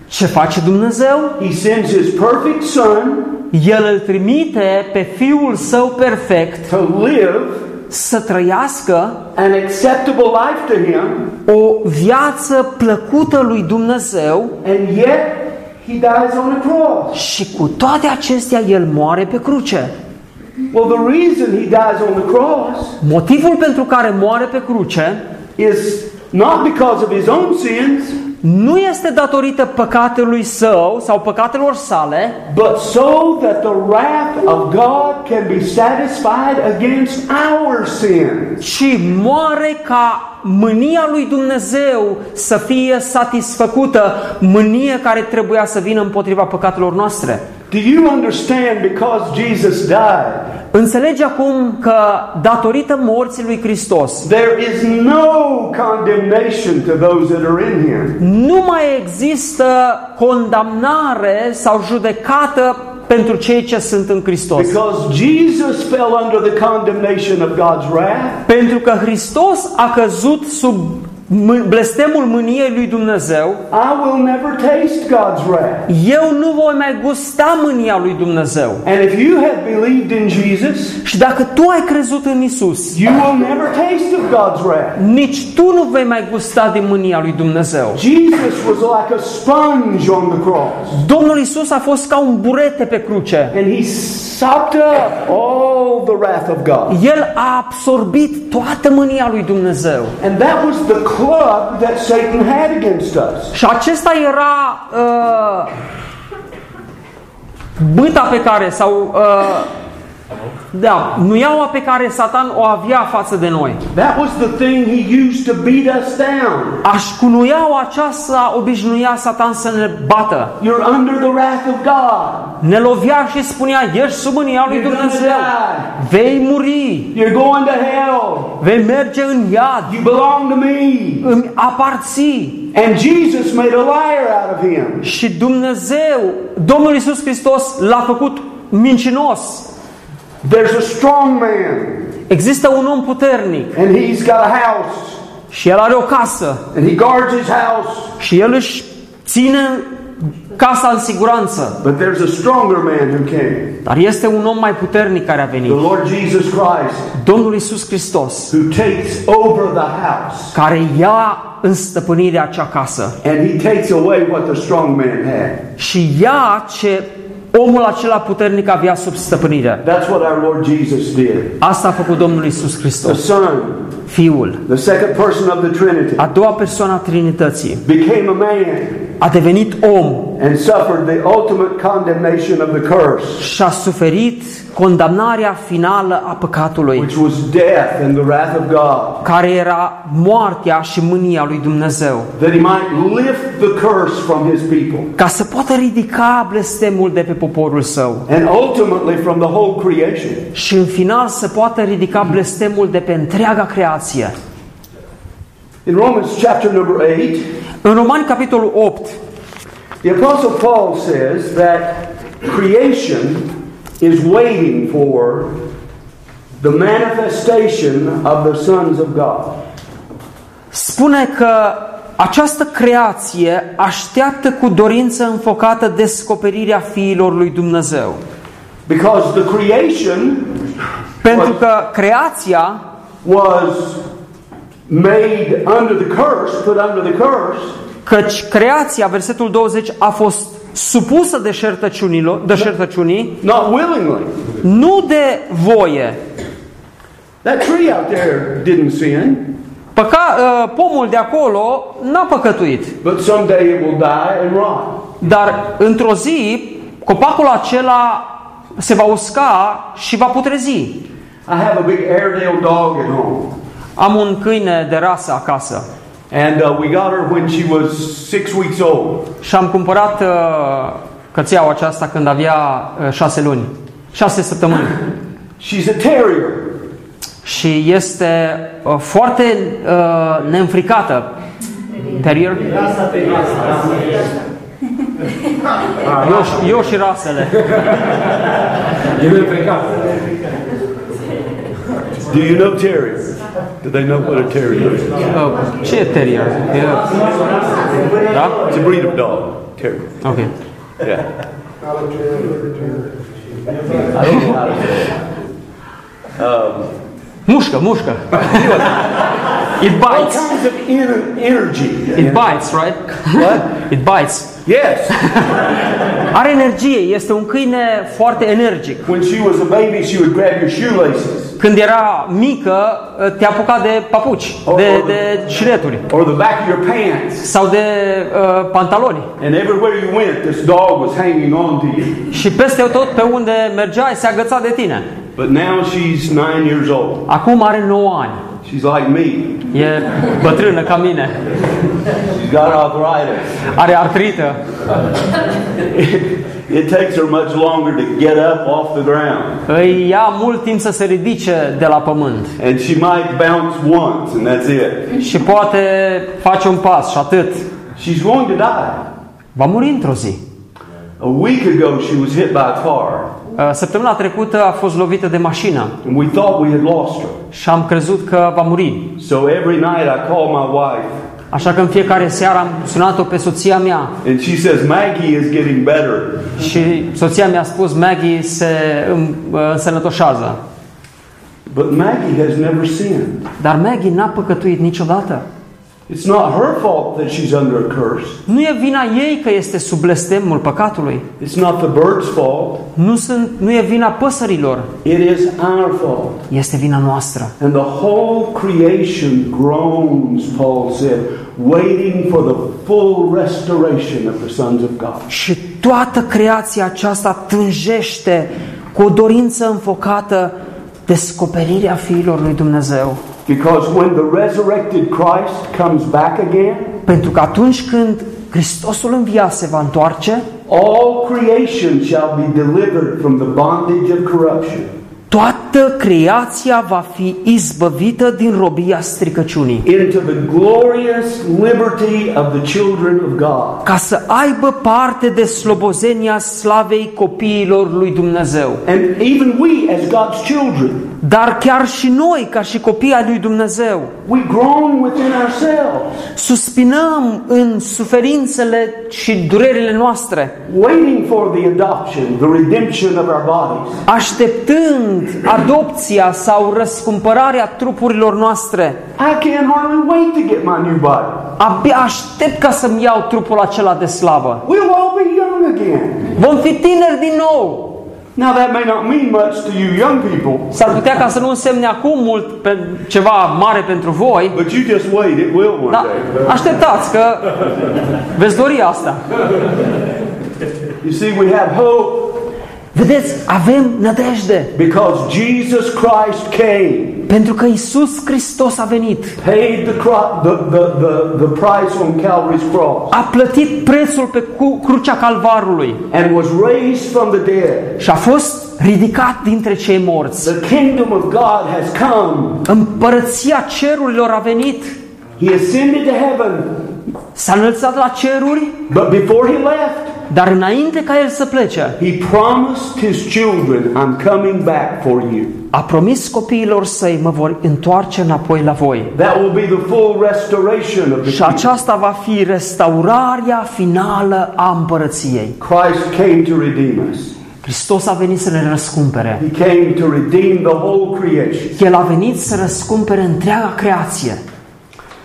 Speaker 2: Ce face Dumnezeu?
Speaker 1: He sends His perfect Son
Speaker 2: El îl trimite pe Fiul Său perfect
Speaker 1: to live
Speaker 2: să trăiască
Speaker 1: an acceptable life to Him,
Speaker 2: o viață plăcută lui Dumnezeu
Speaker 1: and yet He dies on a cross.
Speaker 2: și cu toate acestea el moare pe cruce.
Speaker 1: Well, the reason He dies on the cross
Speaker 2: Motivul pentru care moare pe cruce
Speaker 1: is not because of his own sins,
Speaker 2: nu este datorită păcatelui său sau păcatelor sale,
Speaker 1: but so that the wrath of God can be satisfied against our sins.
Speaker 2: ci moare ca mânia lui Dumnezeu să fie satisfăcută, mânie care trebuia să vină împotriva păcatelor noastre.
Speaker 1: Do you understand because Jesus died,
Speaker 2: Înțelegi acum că datorită morții lui Hristos
Speaker 1: there is no condemnation to those that are in him.
Speaker 2: nu mai există condamnare sau judecată pentru cei ce sunt în Hristos.
Speaker 1: Because Jesus fell under the condemnation of God's wrath,
Speaker 2: Pentru că Hristos a căzut sub mân- blestemul mâniei lui Dumnezeu,
Speaker 1: I will never taste God's wrath.
Speaker 2: eu nu voi mai gusta mânia lui Dumnezeu.
Speaker 1: And if you have believed in Jesus,
Speaker 2: Și dacă tu ai crezut în Isus,
Speaker 1: you will never taste of God's wrath.
Speaker 2: nici tu nu vei mai gusta din mânia lui Dumnezeu.
Speaker 1: Jesus was like a sponge on the cross,
Speaker 2: Domnul Isus a fost ca un burete pe cruce.
Speaker 1: and he sopped up all the wrath of God.
Speaker 2: El a absorbit toată mânia lui Dumnezeu.
Speaker 1: And that was the club that Satan had against us.
Speaker 2: Și acesta era uh, băta pe care, sau uh, da, nuiaua pe care Satan o avea față de noi.
Speaker 1: That was the thing he used to beat us down.
Speaker 2: Aș cu nuiaua aceasta obișnuia Satan să ne bată.
Speaker 1: You're under the wrath of God.
Speaker 2: Ne lovea și spunea, ești sub mânia lui Dumnezeu. Vei muri,
Speaker 1: You're going to hell.
Speaker 2: vei merge în iad,
Speaker 1: You belong to me.
Speaker 2: îmi aparții.
Speaker 1: And Jesus made a liar out of him.
Speaker 2: Și Dumnezeu, Domnul Isus Hristos l-a făcut mincinos.
Speaker 1: There's a strong man,
Speaker 2: Există un om puternic
Speaker 1: and he's got a house,
Speaker 2: și el are o casă.
Speaker 1: and he guards his house.
Speaker 2: Și el își ține casa în siguranță.
Speaker 1: But there's a stronger man who came.
Speaker 2: Dar este un om mai puternic care a
Speaker 1: The
Speaker 2: venit,
Speaker 1: Lord Jesus Christ,
Speaker 2: Domnul Isus Hristos,
Speaker 1: who takes over the house,
Speaker 2: care ia în stăpânire acea casă
Speaker 1: and he takes away what the strong man had.
Speaker 2: și ia ce omul acela puternic avea sub stăpânire.
Speaker 1: That's what our Lord Jesus did.
Speaker 2: Asta a făcut Domnul Isus
Speaker 1: The
Speaker 2: Hristos,
Speaker 1: Son,
Speaker 2: Fiul,
Speaker 1: the second person of the Trinity,
Speaker 2: a doua persoană a Trinității.
Speaker 1: became a man
Speaker 2: a devenit om
Speaker 1: and suffered the ultimate condemnation of the curse,
Speaker 2: și a suferit condamnarea finală a păcatului,
Speaker 1: which was death and the wrath of God,
Speaker 2: care era moartea și mânia lui Dumnezeu,
Speaker 1: that he might lift the curse from his people
Speaker 2: ca să poată ridica blestemul de pe poporul său
Speaker 1: and ultimately from the whole creation.
Speaker 2: și în final să poată ridica blestemul de pe întreaga creație.
Speaker 1: In Romans chapter number 8,
Speaker 2: În Romani, capitolul 8,
Speaker 1: the Apostle Paul says that creation is waiting for the manifestation of the sons of God.
Speaker 2: spune că această creație așteaptă cu dorință înfocată descoperirea fiilor lui Dumnezeu.
Speaker 1: Because the creation
Speaker 2: Pentru că creația
Speaker 1: was made under the curse, put under the curse,
Speaker 2: Căci creația, versetul 20, a fost supusă de șertăciunilor, de șertăciunii,
Speaker 1: not willingly.
Speaker 2: nu de voie.
Speaker 1: That tree out there didn't sin,
Speaker 2: Păca, uh, pomul de acolo n-a păcătuit,
Speaker 1: but someday it will die and rot.
Speaker 2: dar într-o zi copacul acela se va usca și va putrezi.
Speaker 1: I have a big Airedale dog at home,
Speaker 2: Am un câine de rasă acasă
Speaker 1: and uh, we got her when she was six weeks old.
Speaker 2: și am cumpărat uh, cățeaua aceasta când avea uh, șase luni, șase săptămâni.
Speaker 1: She's a terrier,
Speaker 2: Și este uh, foarte uh, neînfricată. Terrier?
Speaker 3: Rasa pe rasa.
Speaker 2: Eu, și- eu Ah, și rasele.
Speaker 1: Do you know terrier? Do they know what a terrier is?
Speaker 2: Uh, Ce e terrier? E... Da?
Speaker 1: It's a breed of dog. Terrier.
Speaker 2: Ok.
Speaker 1: Yeah. I don't know how to say it. Um,
Speaker 2: Mușcă, mușcă. It
Speaker 1: all
Speaker 2: bites.
Speaker 1: kinds of en- energy.
Speaker 2: It bites, right?
Speaker 1: What?
Speaker 2: It bites.
Speaker 1: Yes.
Speaker 2: Are energie, este un câine foarte energic.
Speaker 1: When she was a baby, she would grab your shoelaces
Speaker 2: Când era mică, uh, te apuca de papuci, de, de șireturi
Speaker 1: or the back of your pants.
Speaker 2: sau de uh, pantaloni.
Speaker 1: And everywhere you went, this dog was hanging on to you.
Speaker 2: Și peste tot pe unde mergeai se agăța de tine.
Speaker 1: But now she's nine years old.
Speaker 2: Acum are 9 ani.
Speaker 1: She's like me.
Speaker 2: E bătrână ca mine.
Speaker 1: She's got arthritis.
Speaker 2: Are artrită.
Speaker 1: It takes her much longer to get up off the ground.
Speaker 2: Îi ia mult timp să se ridice de la pământ.
Speaker 1: And she might bounce once, and that's it.
Speaker 2: Și poate face un pas și atât.
Speaker 1: She's going to die.
Speaker 2: Va muri într-o zi.
Speaker 1: A week ago, she was hit by a car,
Speaker 2: Uh, Săptămâna trecută a fost lovită de mașină
Speaker 1: and we thought we had lost her.
Speaker 2: și am crezut că va muri.
Speaker 1: So every night I call my wife,
Speaker 2: Așa că în fiecare seară am sunat-o pe soția mea
Speaker 1: and she says, Maggie is getting better.
Speaker 2: și soția mi-a spus Maggie se îm- uh, însănătoșează.
Speaker 1: But Maggie has never sinned.
Speaker 2: Dar Maggie n-a păcătuit niciodată.
Speaker 1: It's not her fault that she's under a curse.
Speaker 2: Nu e vina ei că este sub blestemul păcatului.
Speaker 1: It's not the bird's fault.
Speaker 2: Nu, sunt, nu e vina păsărilor.
Speaker 1: It is our fault.
Speaker 2: Este vina noastră.
Speaker 1: And the whole creation groans, Paul said, waiting for the full restoration of the sons of God.
Speaker 2: Și toată creația aceasta tânjește cu o dorință înfocată descoperirea fiilor lui Dumnezeu.
Speaker 1: Because when the resurrected Christ comes back again,
Speaker 2: Pentru că atunci când Hristosul înviat se va întoarce,
Speaker 1: all creation shall be delivered from the bondage of corruption
Speaker 2: toată creația va fi izbăvită din robia stricăciunii,
Speaker 1: into the glorious liberty of the children of God.
Speaker 2: ca să aibă parte de slobozenia slavei copiilor lui Dumnezeu.
Speaker 1: And even we, as God's children,
Speaker 2: Dar chiar și noi, ca și copii ai lui Dumnezeu,
Speaker 1: We groan within ourselves,
Speaker 2: suspinăm în suferințele și durerile noastre,
Speaker 1: waiting for the adoption, the redemption of our bodies.
Speaker 2: așteptând adopția sau răscumpărarea trupurilor noastre.
Speaker 1: I can hardly wait to get my new body.
Speaker 2: Abia aștept ca să-mi iau trupul acela de slavă.
Speaker 1: We'll all be young again.
Speaker 2: Vom fi tineri din nou.
Speaker 1: Now, that may not mean much to you young people,
Speaker 2: S-ar putea ca să nu însemne acum mult pe ceva mare pentru voi,
Speaker 1: but you just wait, it will one
Speaker 2: dar
Speaker 1: day.
Speaker 2: Da, așteptați că veți dori asta.
Speaker 1: You see, we have hope
Speaker 2: Vedeți, avem nădejde,
Speaker 1: because Jesus Christ came,
Speaker 2: pentru că Isus Hristos a venit,
Speaker 1: paid the, cro- the, the, the, the price on Calvary's cross,
Speaker 2: a plătit prețul pe cu- crucea Calvarului
Speaker 1: and was raised from the dead.
Speaker 2: și a fost ridicat dintre cei morți.
Speaker 1: The kingdom of God has come.
Speaker 2: Împărăția cerurilor a venit,
Speaker 1: He ascended to heaven,
Speaker 2: s-a înălțat la ceruri,
Speaker 1: but before he left,
Speaker 2: dar înainte ca el să plece,
Speaker 1: He promised his children, I'm coming back for you.
Speaker 2: a promis copiilor săi, mă vor întoarce înapoi la voi.
Speaker 1: That will be the full restoration of the
Speaker 2: Și
Speaker 1: kingdom.
Speaker 2: aceasta va fi restaurarea finală a împărăției.
Speaker 1: Christ came to redeem us.
Speaker 2: Hristos a venit să ne răscumpere.
Speaker 1: He came to redeem the whole creation.
Speaker 2: El a venit să răscumpere întreaga creație.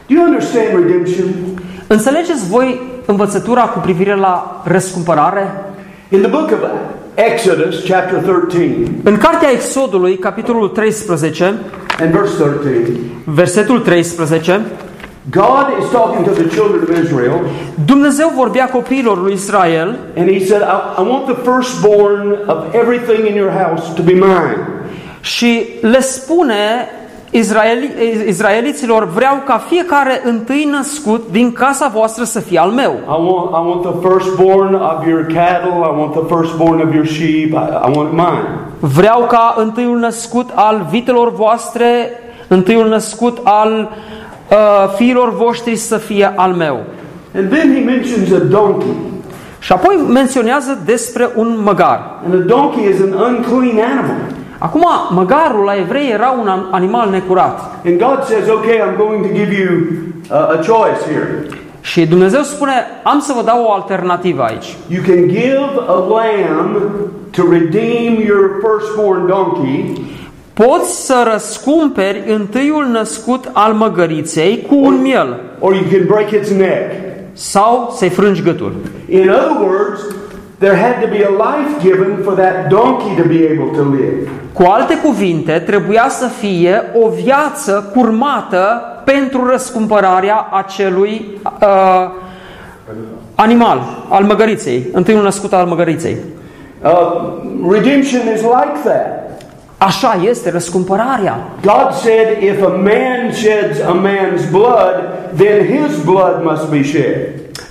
Speaker 1: Do you understand redemption?
Speaker 2: Înțelegeți voi învățătura cu privire la răscumpărare?
Speaker 1: In the book of Exodus, chapter 13
Speaker 2: În cartea Exodului, capitolul 13,
Speaker 1: and verse 13,
Speaker 2: versetul 13,
Speaker 1: God is talking to the children of Israel,
Speaker 2: Dumnezeu vorbea copiilor lui Israel
Speaker 1: and He said, I, I want the firstborn of everything in your house to be mine.
Speaker 2: și le spune Israeli, izraeliților, vreau ca fiecare întâi născut din casa voastră să fie al meu.
Speaker 1: I want, I want the firstborn of your cattle. I want the firstborn of your sheep. I, I want it mine.
Speaker 2: Vreau ca întâiul născut al vitelor voastre, întâiul născut al uh, fiilor voștri să fie al meu.
Speaker 1: And then he mentions a donkey.
Speaker 2: Și apoi menționează despre un măgar.
Speaker 1: And a donkey is an unclean animal.
Speaker 2: Acum, măgarul la evrei era un an- animal necurat.
Speaker 1: And God says, okay, I'm going to give you uh, a choice here.
Speaker 2: Și Dumnezeu spune, am să vă dau o alternativă aici.
Speaker 1: You can give a lamb to redeem your firstborn donkey,
Speaker 2: Poți să răscumperi întâiul născut al măgăriței cu un miel
Speaker 1: or you can break its neck.
Speaker 2: sau să-i frângi gâtul.
Speaker 1: In other words, there had to be a life given for that donkey to be able to live.
Speaker 2: Cu alte cuvinte, trebuia să fie o viață curmată pentru răscumpărarea acelui uh, animal, al măgăriței, întâiul născut al măgăriței.
Speaker 1: Uh, redemption is like that.
Speaker 2: Așa este răscumpărarea.
Speaker 1: God said, if a man sheds a man's blood, then his blood must be shed.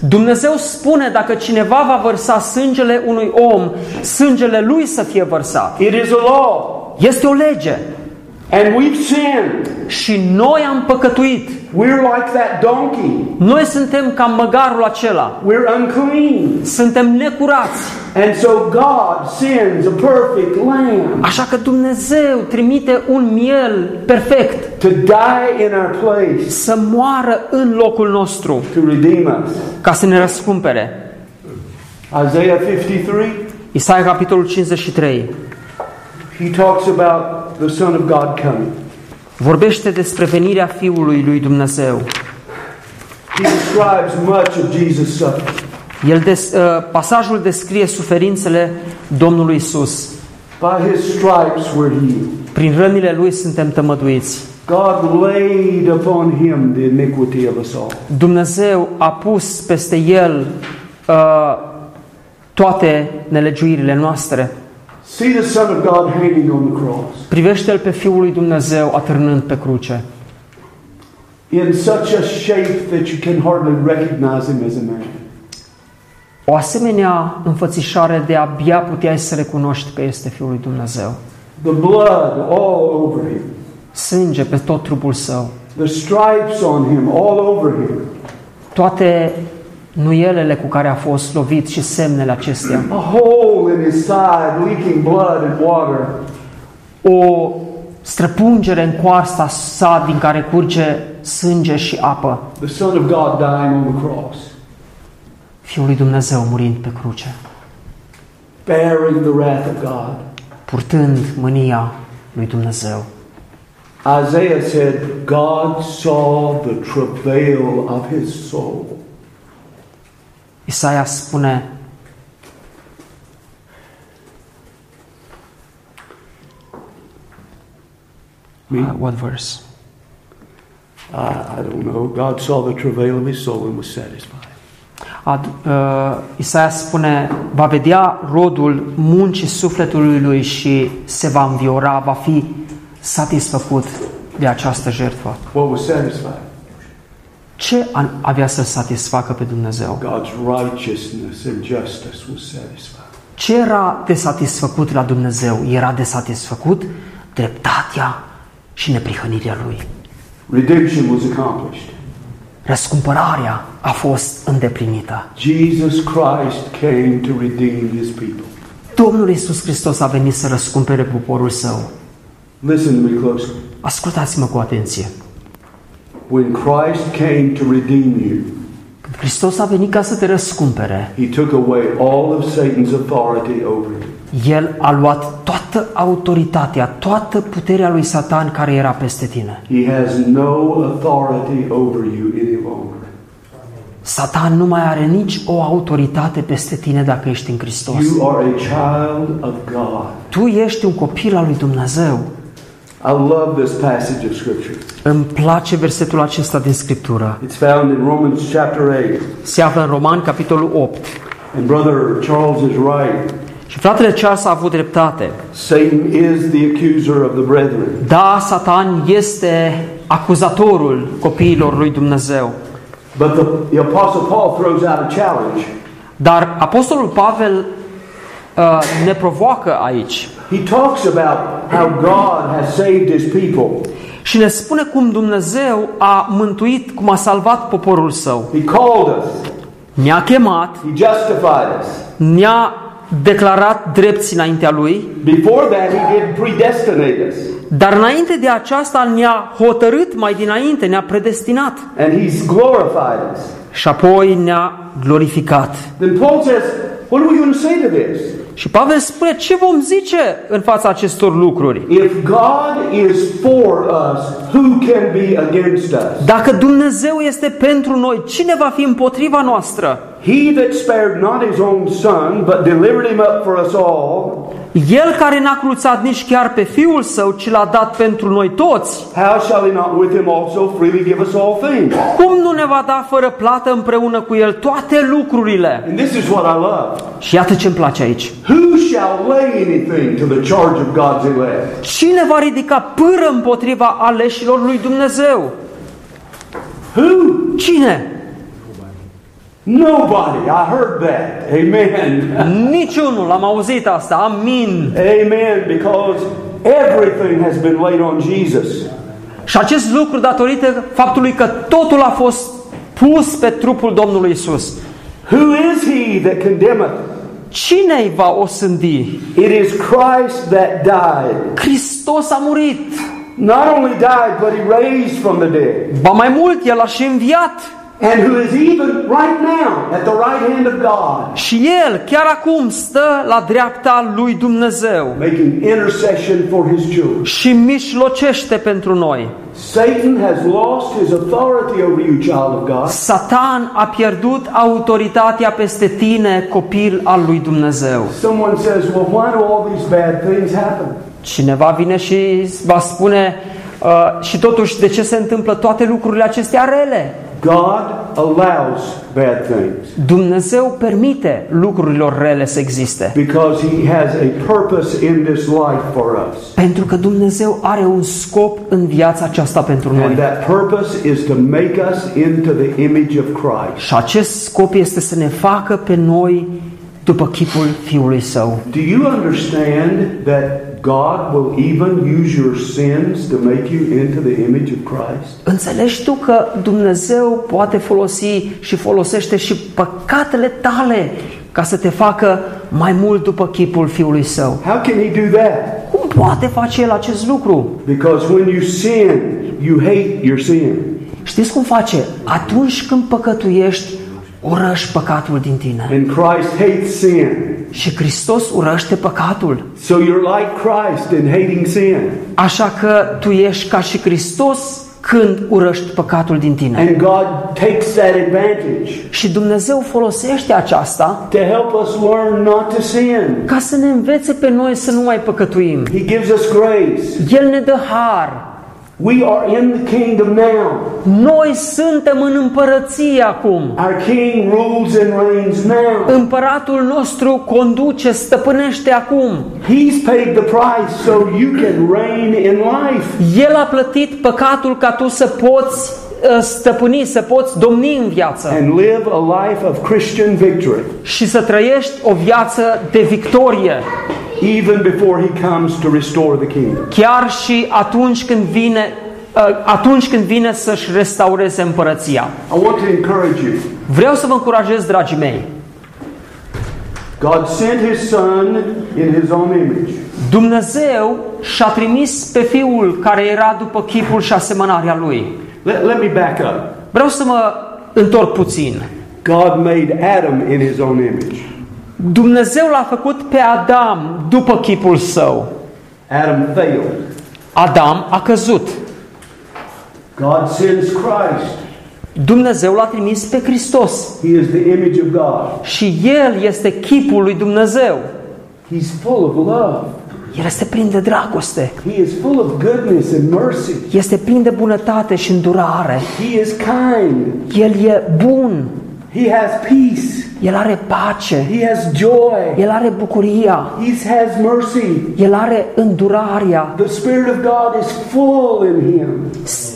Speaker 2: Dumnezeu spune dacă cineva va vărsa sângele unui om, sângele lui să fie vărsat.
Speaker 1: It is a law.
Speaker 2: Este o lege.
Speaker 1: And we've sinned.
Speaker 2: Și noi am păcătuit.
Speaker 1: We're like that donkey.
Speaker 2: Noi suntem ca măgarul acela.
Speaker 1: We're unclean.
Speaker 2: Suntem necurați.
Speaker 1: And so God sends a perfect lamb
Speaker 2: Așa că Dumnezeu trimite un miel perfect
Speaker 1: to die in our place
Speaker 2: să moară în locul nostru
Speaker 1: to redeem us.
Speaker 2: ca să ne răscumpere.
Speaker 1: Isaiah 53,
Speaker 2: Isaia capitolul 53
Speaker 1: he talks about the Son of God coming.
Speaker 2: vorbește despre venirea Fiului lui Dumnezeu.
Speaker 1: He describes much of Jesus' suffering.
Speaker 2: El des, uh, pasajul descrie suferințele Domnului Isus.
Speaker 1: By his stripes we're healed.
Speaker 2: Prin rănile lui suntem tămăduiți.
Speaker 1: God laid upon him the iniquity of us all.
Speaker 2: Dumnezeu a pus peste el uh, toate nelegiuirile noastre.
Speaker 1: See the Son of God hanging on the cross.
Speaker 2: Privește-l pe Fiul lui Dumnezeu atârnând pe cruce.
Speaker 1: In such a shape that you can hardly recognize him as a man.
Speaker 2: O asemenea înfățișare de abia puteai să recunoști că este Fiul lui Dumnezeu.
Speaker 1: The blood all over him,
Speaker 2: Sânge pe tot trupul său.
Speaker 1: the stripes on him all over him.
Speaker 2: Toate nuielele cu care a fost lovit și semnele acestea.
Speaker 1: A hole in his side, leaking blood and water.
Speaker 2: O străpungere în coasta sa din care curge sânge și apă.
Speaker 1: The Son of God dying on the cross,
Speaker 2: Fiul lui Dumnezeu murind pe cruce,
Speaker 1: bearing the wrath of God.
Speaker 2: purtând mânia lui Dumnezeu.
Speaker 1: Isaiah said, God saw the travail of his soul.
Speaker 2: Isaia spune,
Speaker 1: Me?
Speaker 2: Uh, what verse?
Speaker 1: I, I don't know. God saw the travail of his soul and was satisfied.
Speaker 2: Ad, uh, Isaia spune, va vedea rodul muncii sufletului lui și se va înviora, va fi satisfăcut de această jertfă.
Speaker 1: What was satisfied?
Speaker 2: Ce a- avea să satisfacă pe Dumnezeu?
Speaker 1: God's righteousness and justice was satisfied.
Speaker 2: Ce era de satisfăcut la Dumnezeu? Era de satisfăcut dreptatea și neprihănirea Lui.
Speaker 1: Redemption was accomplished.
Speaker 2: Răscumpărarea a fost îndeplinită.
Speaker 1: Jesus Christ came to redeem his people.
Speaker 2: Domnul Iisus Hristos a venit să răscumpere poporul său.
Speaker 1: Listen to me closely.
Speaker 2: Ascultați-mă cu atenție.
Speaker 1: When Christ came to redeem you,
Speaker 2: Când Hristos a venit ca să te răscumpere,
Speaker 1: he took away all of Satan's authority over you.
Speaker 2: El a luat toată autoritatea, toată puterea lui Satan care era peste tine.
Speaker 1: He has no authority over you any longer.
Speaker 2: Satan nu mai are nici o autoritate peste tine dacă ești în Hristos.
Speaker 1: You are a child of God.
Speaker 2: Tu ești un copil al lui Dumnezeu.
Speaker 1: I love this passage of Scripture.
Speaker 2: Îmi place versetul acesta din Scriptură.
Speaker 1: It's found in Romans chapter 8.
Speaker 2: Se află în Roman, capitolul 8.
Speaker 1: And Brother Charles is right.
Speaker 2: Și fratele Charles a avut dreptate.
Speaker 1: Satan is the accuser of the brethren.
Speaker 2: Da, Satan este acuzatorul copiilor lui Dumnezeu.
Speaker 1: But the, the Apostle Paul throws out a challenge.
Speaker 2: Dar Apostolul Pavel uh, ne provoacă aici.
Speaker 1: He talks about how God has saved his people.
Speaker 2: Și ne spune cum Dumnezeu a mântuit, cum a salvat poporul său.
Speaker 1: He called us,
Speaker 2: Ne-a chemat,
Speaker 1: he justified us.
Speaker 2: ne-a declarat drepți înaintea lui,
Speaker 1: Before that, he did predestinate us.
Speaker 2: dar înainte de aceasta ne-a hotărât mai dinainte, ne-a predestinat
Speaker 1: And he's glorified us.
Speaker 2: și apoi ne-a glorificat.
Speaker 1: Then Paul says, What are we going to say to this?
Speaker 2: Și Pavel spune ce vom zice în fața acestor lucruri.
Speaker 1: If God is for us, who can be against us?
Speaker 2: Dacă Dumnezeu este pentru noi, cine va fi împotriva noastră?
Speaker 1: He that spared not his own son, but delivered him up for us all,
Speaker 2: El care n-a cruțat nici chiar pe Fiul Său, ci l-a dat pentru noi toți,
Speaker 1: how shall he not with him also freely give us all things?
Speaker 2: Cum nu ne va da fără plată împreună cu El toate lucrurile?
Speaker 1: And this is what I love.
Speaker 2: Și iată ce îmi place aici.
Speaker 1: Who shall lay anything to the charge of God's elect?
Speaker 2: Cine va ridica pâră împotriva aleșilor lui Dumnezeu?
Speaker 1: Who?
Speaker 2: Cine?
Speaker 1: Nobody. I heard that. Amen. (laughs)
Speaker 2: Niciunul. Am auzit asta. Amin.
Speaker 1: Amen. Because everything has been laid on Jesus.
Speaker 2: Și acest lucru datorită faptului că totul a fost pus pe trupul Domnului Isus.
Speaker 1: Who is he that condemneth?
Speaker 2: Cine îi va osândi?
Speaker 1: It is Christ that died.
Speaker 2: Hristos a murit.
Speaker 1: Not only died, but he raised from the dead.
Speaker 2: Ba mai mult, El a și înviat.
Speaker 1: And who is even right now at the right hand of God,
Speaker 2: Și El chiar acum stă la dreapta lui Dumnezeu.
Speaker 1: making intercession for his children.
Speaker 2: și mișlocește pentru noi.
Speaker 1: Satan has lost his authority over you, child of God.
Speaker 2: Satan a pierdut autoritatea peste tine, copil al lui Dumnezeu.
Speaker 1: Someone says, Well, why do all these bad things happen?
Speaker 2: Cineva vine și va spune uh, și totuși de ce se întâmplă toate lucrurile acestea rele?
Speaker 1: God allows bad things
Speaker 2: Dumnezeu permite lucrurilor rele să existe.
Speaker 1: because He has a purpose in this life for us.
Speaker 2: Pentru că Dumnezeu are un scop în viața aceasta pentru
Speaker 1: And
Speaker 2: noi.
Speaker 1: that purpose is to make us into the image of Christ.
Speaker 2: Și acest scop este să ne facă pe noi după chipul Fiului Său.
Speaker 1: Do you understand that God will even use your sins to make you into the image of Christ?
Speaker 2: Înțelegi tu că Dumnezeu poate folosi și folosește și păcatele tale ca să te facă mai mult după chipul Fiului Său.
Speaker 1: How can He do that?
Speaker 2: Cum poate face El acest lucru?
Speaker 1: Because when you sin, you hate your sin.
Speaker 2: Știți cum face? Atunci când păcătuiești, urăști păcatul din tine.
Speaker 1: And Christ hates sin.
Speaker 2: Și Hristos urăște păcatul.
Speaker 1: So you're like Christ in hating sin.
Speaker 2: Așa că tu ești ca și Hristos când urăști păcatul din tine.
Speaker 1: And God takes that advantage
Speaker 2: Și Dumnezeu folosește aceasta
Speaker 1: to help us learn not to sin.
Speaker 2: ca să ne învețe pe noi să nu mai păcătuim.
Speaker 1: He gives us grace.
Speaker 2: El ne dă har.
Speaker 1: We are in the kingdom now.
Speaker 2: Noi suntem în împărăție acum.
Speaker 1: Our king rules and reigns now.
Speaker 2: Împăratul nostru conduce, stăpânește acum.
Speaker 1: He's paid the price so you can reign in life.
Speaker 2: El a plătit păcatul ca tu să poți uh, stăpâni, să poți domni în viață
Speaker 1: and live a life of Christian victory
Speaker 2: și să trăiești o viață de victorie,
Speaker 1: even before he comes to restore the kingdom.
Speaker 2: chiar și atunci când vine uh, atunci când vine să-și restaureze împărăția.
Speaker 1: I want to encourage you.
Speaker 2: Vreau să vă încurajez, dragii mei.
Speaker 1: God sent his son in his own image.
Speaker 2: Dumnezeu și-a trimis pe Fiul care era după chipul și asemănarea Lui.
Speaker 1: Let, let me back up.
Speaker 2: Vreau să mă întorc puțin.
Speaker 1: God made Adam in his own image.
Speaker 2: Dumnezeu l-a făcut pe Adam după chipul său.
Speaker 1: Adam failed.
Speaker 2: Adam a căzut.
Speaker 1: God sends Christ.
Speaker 2: Dumnezeu l-a trimis pe Hristos
Speaker 1: He is the image of God.
Speaker 2: și El este chipul lui Dumnezeu.
Speaker 1: He's full of love.
Speaker 2: El este plin de dragoste,
Speaker 1: He is full of goodness and mercy.
Speaker 2: este plin de bunătate și îndurare.
Speaker 1: He is kind.
Speaker 2: El e bun,
Speaker 1: He has peace.
Speaker 2: El are pace,
Speaker 1: He has joy.
Speaker 2: El are bucuria,
Speaker 1: He has mercy.
Speaker 2: El are îndurarea.
Speaker 1: The Spirit of God is full in him.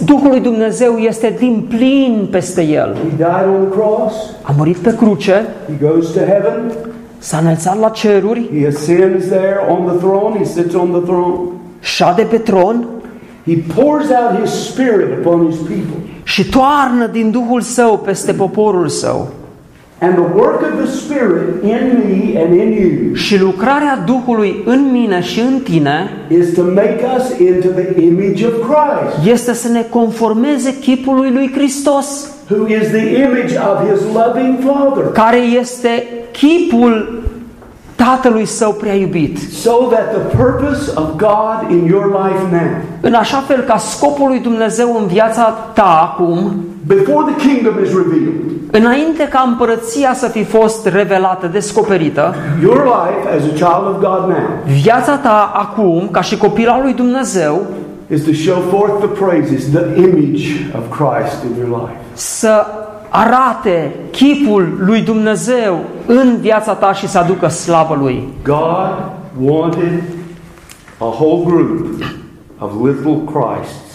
Speaker 2: Duhul lui Dumnezeu este din plin peste El.
Speaker 1: He died on the cross.
Speaker 2: A murit pe cruce,
Speaker 1: He goes to heaven.
Speaker 2: s-a înălțat la ceruri,
Speaker 1: He ascends there on the throne. He sits on the throne.
Speaker 2: șade pe tron
Speaker 1: He pours out his Spirit upon his people.
Speaker 2: și toarnă din Duhul Său peste poporul Său.
Speaker 1: And the work of the Spirit in me and in you
Speaker 2: Și lucrarea Duhului în mine și în tine
Speaker 1: is to make us into the image of Christ,
Speaker 2: este să ne conformeze chipului lui Hristos,
Speaker 1: who is the image of his loving Father,
Speaker 2: care este chipul Tatălui Său prea iubit.
Speaker 1: so that the purpose of God in your life now,
Speaker 2: În așa fel ca scopul lui Dumnezeu în viața ta acum,
Speaker 1: before the kingdom is revealed,
Speaker 2: înainte ca împărăția să fi fost revelată, descoperită,
Speaker 1: your life as a child of God now
Speaker 2: viața ta acum, ca și copil al lui Dumnezeu,
Speaker 1: is to show forth the praises, the image of Christ in your life.
Speaker 2: să arate chipul lui Dumnezeu în viața ta și să aducă slavă lui.
Speaker 1: God wanted a whole group of little Christs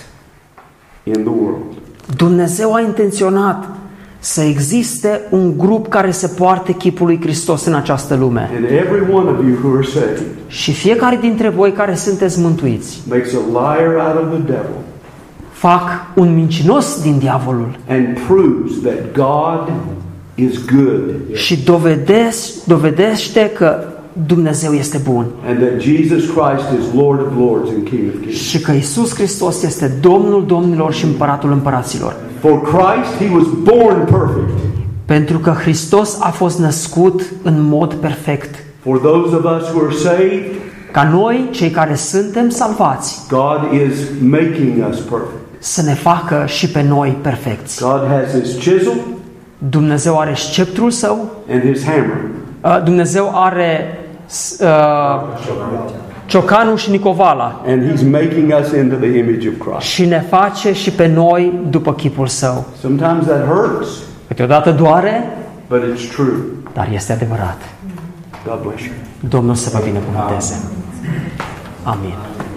Speaker 1: in the world.
Speaker 2: Dumnezeu a intenționat să existe un grup care se poarte chipul lui Hristos în această lume.
Speaker 1: And every one of you who are saved
Speaker 2: Și fiecare dintre voi care sunteți mântuiți
Speaker 1: makes a liar out of the devil
Speaker 2: fac un mincinos din diavolul
Speaker 1: and proves that God is good
Speaker 2: și dovedesc, dovedește că Dumnezeu este bun
Speaker 1: and that Jesus Christ is Lord of lords and King of kings.
Speaker 2: și că Isus Hristos este Domnul Domnilor și Împăratul Împăraților.
Speaker 1: For Christ, he was born perfect.
Speaker 2: Pentru că Hristos a fost născut în mod perfect.
Speaker 1: For those of us who are saved,
Speaker 2: Ca noi, cei care suntem salvați,
Speaker 1: God is making us perfect.
Speaker 2: să ne facă și pe noi perfecți.
Speaker 1: God has his chisel
Speaker 2: Dumnezeu are sceptrul său,
Speaker 1: and his hammer.
Speaker 2: uh, Dumnezeu are s- uh, ciocanul și nicovala
Speaker 1: And he's making us into the image of Christ.
Speaker 2: și ne face și pe noi după chipul său.
Speaker 1: Sometimes that hurts,
Speaker 2: Câteodată doare,
Speaker 1: but it's true.
Speaker 2: dar este adevărat.
Speaker 1: God bless you.
Speaker 2: Domnul să vă binecuvânteze. Amin.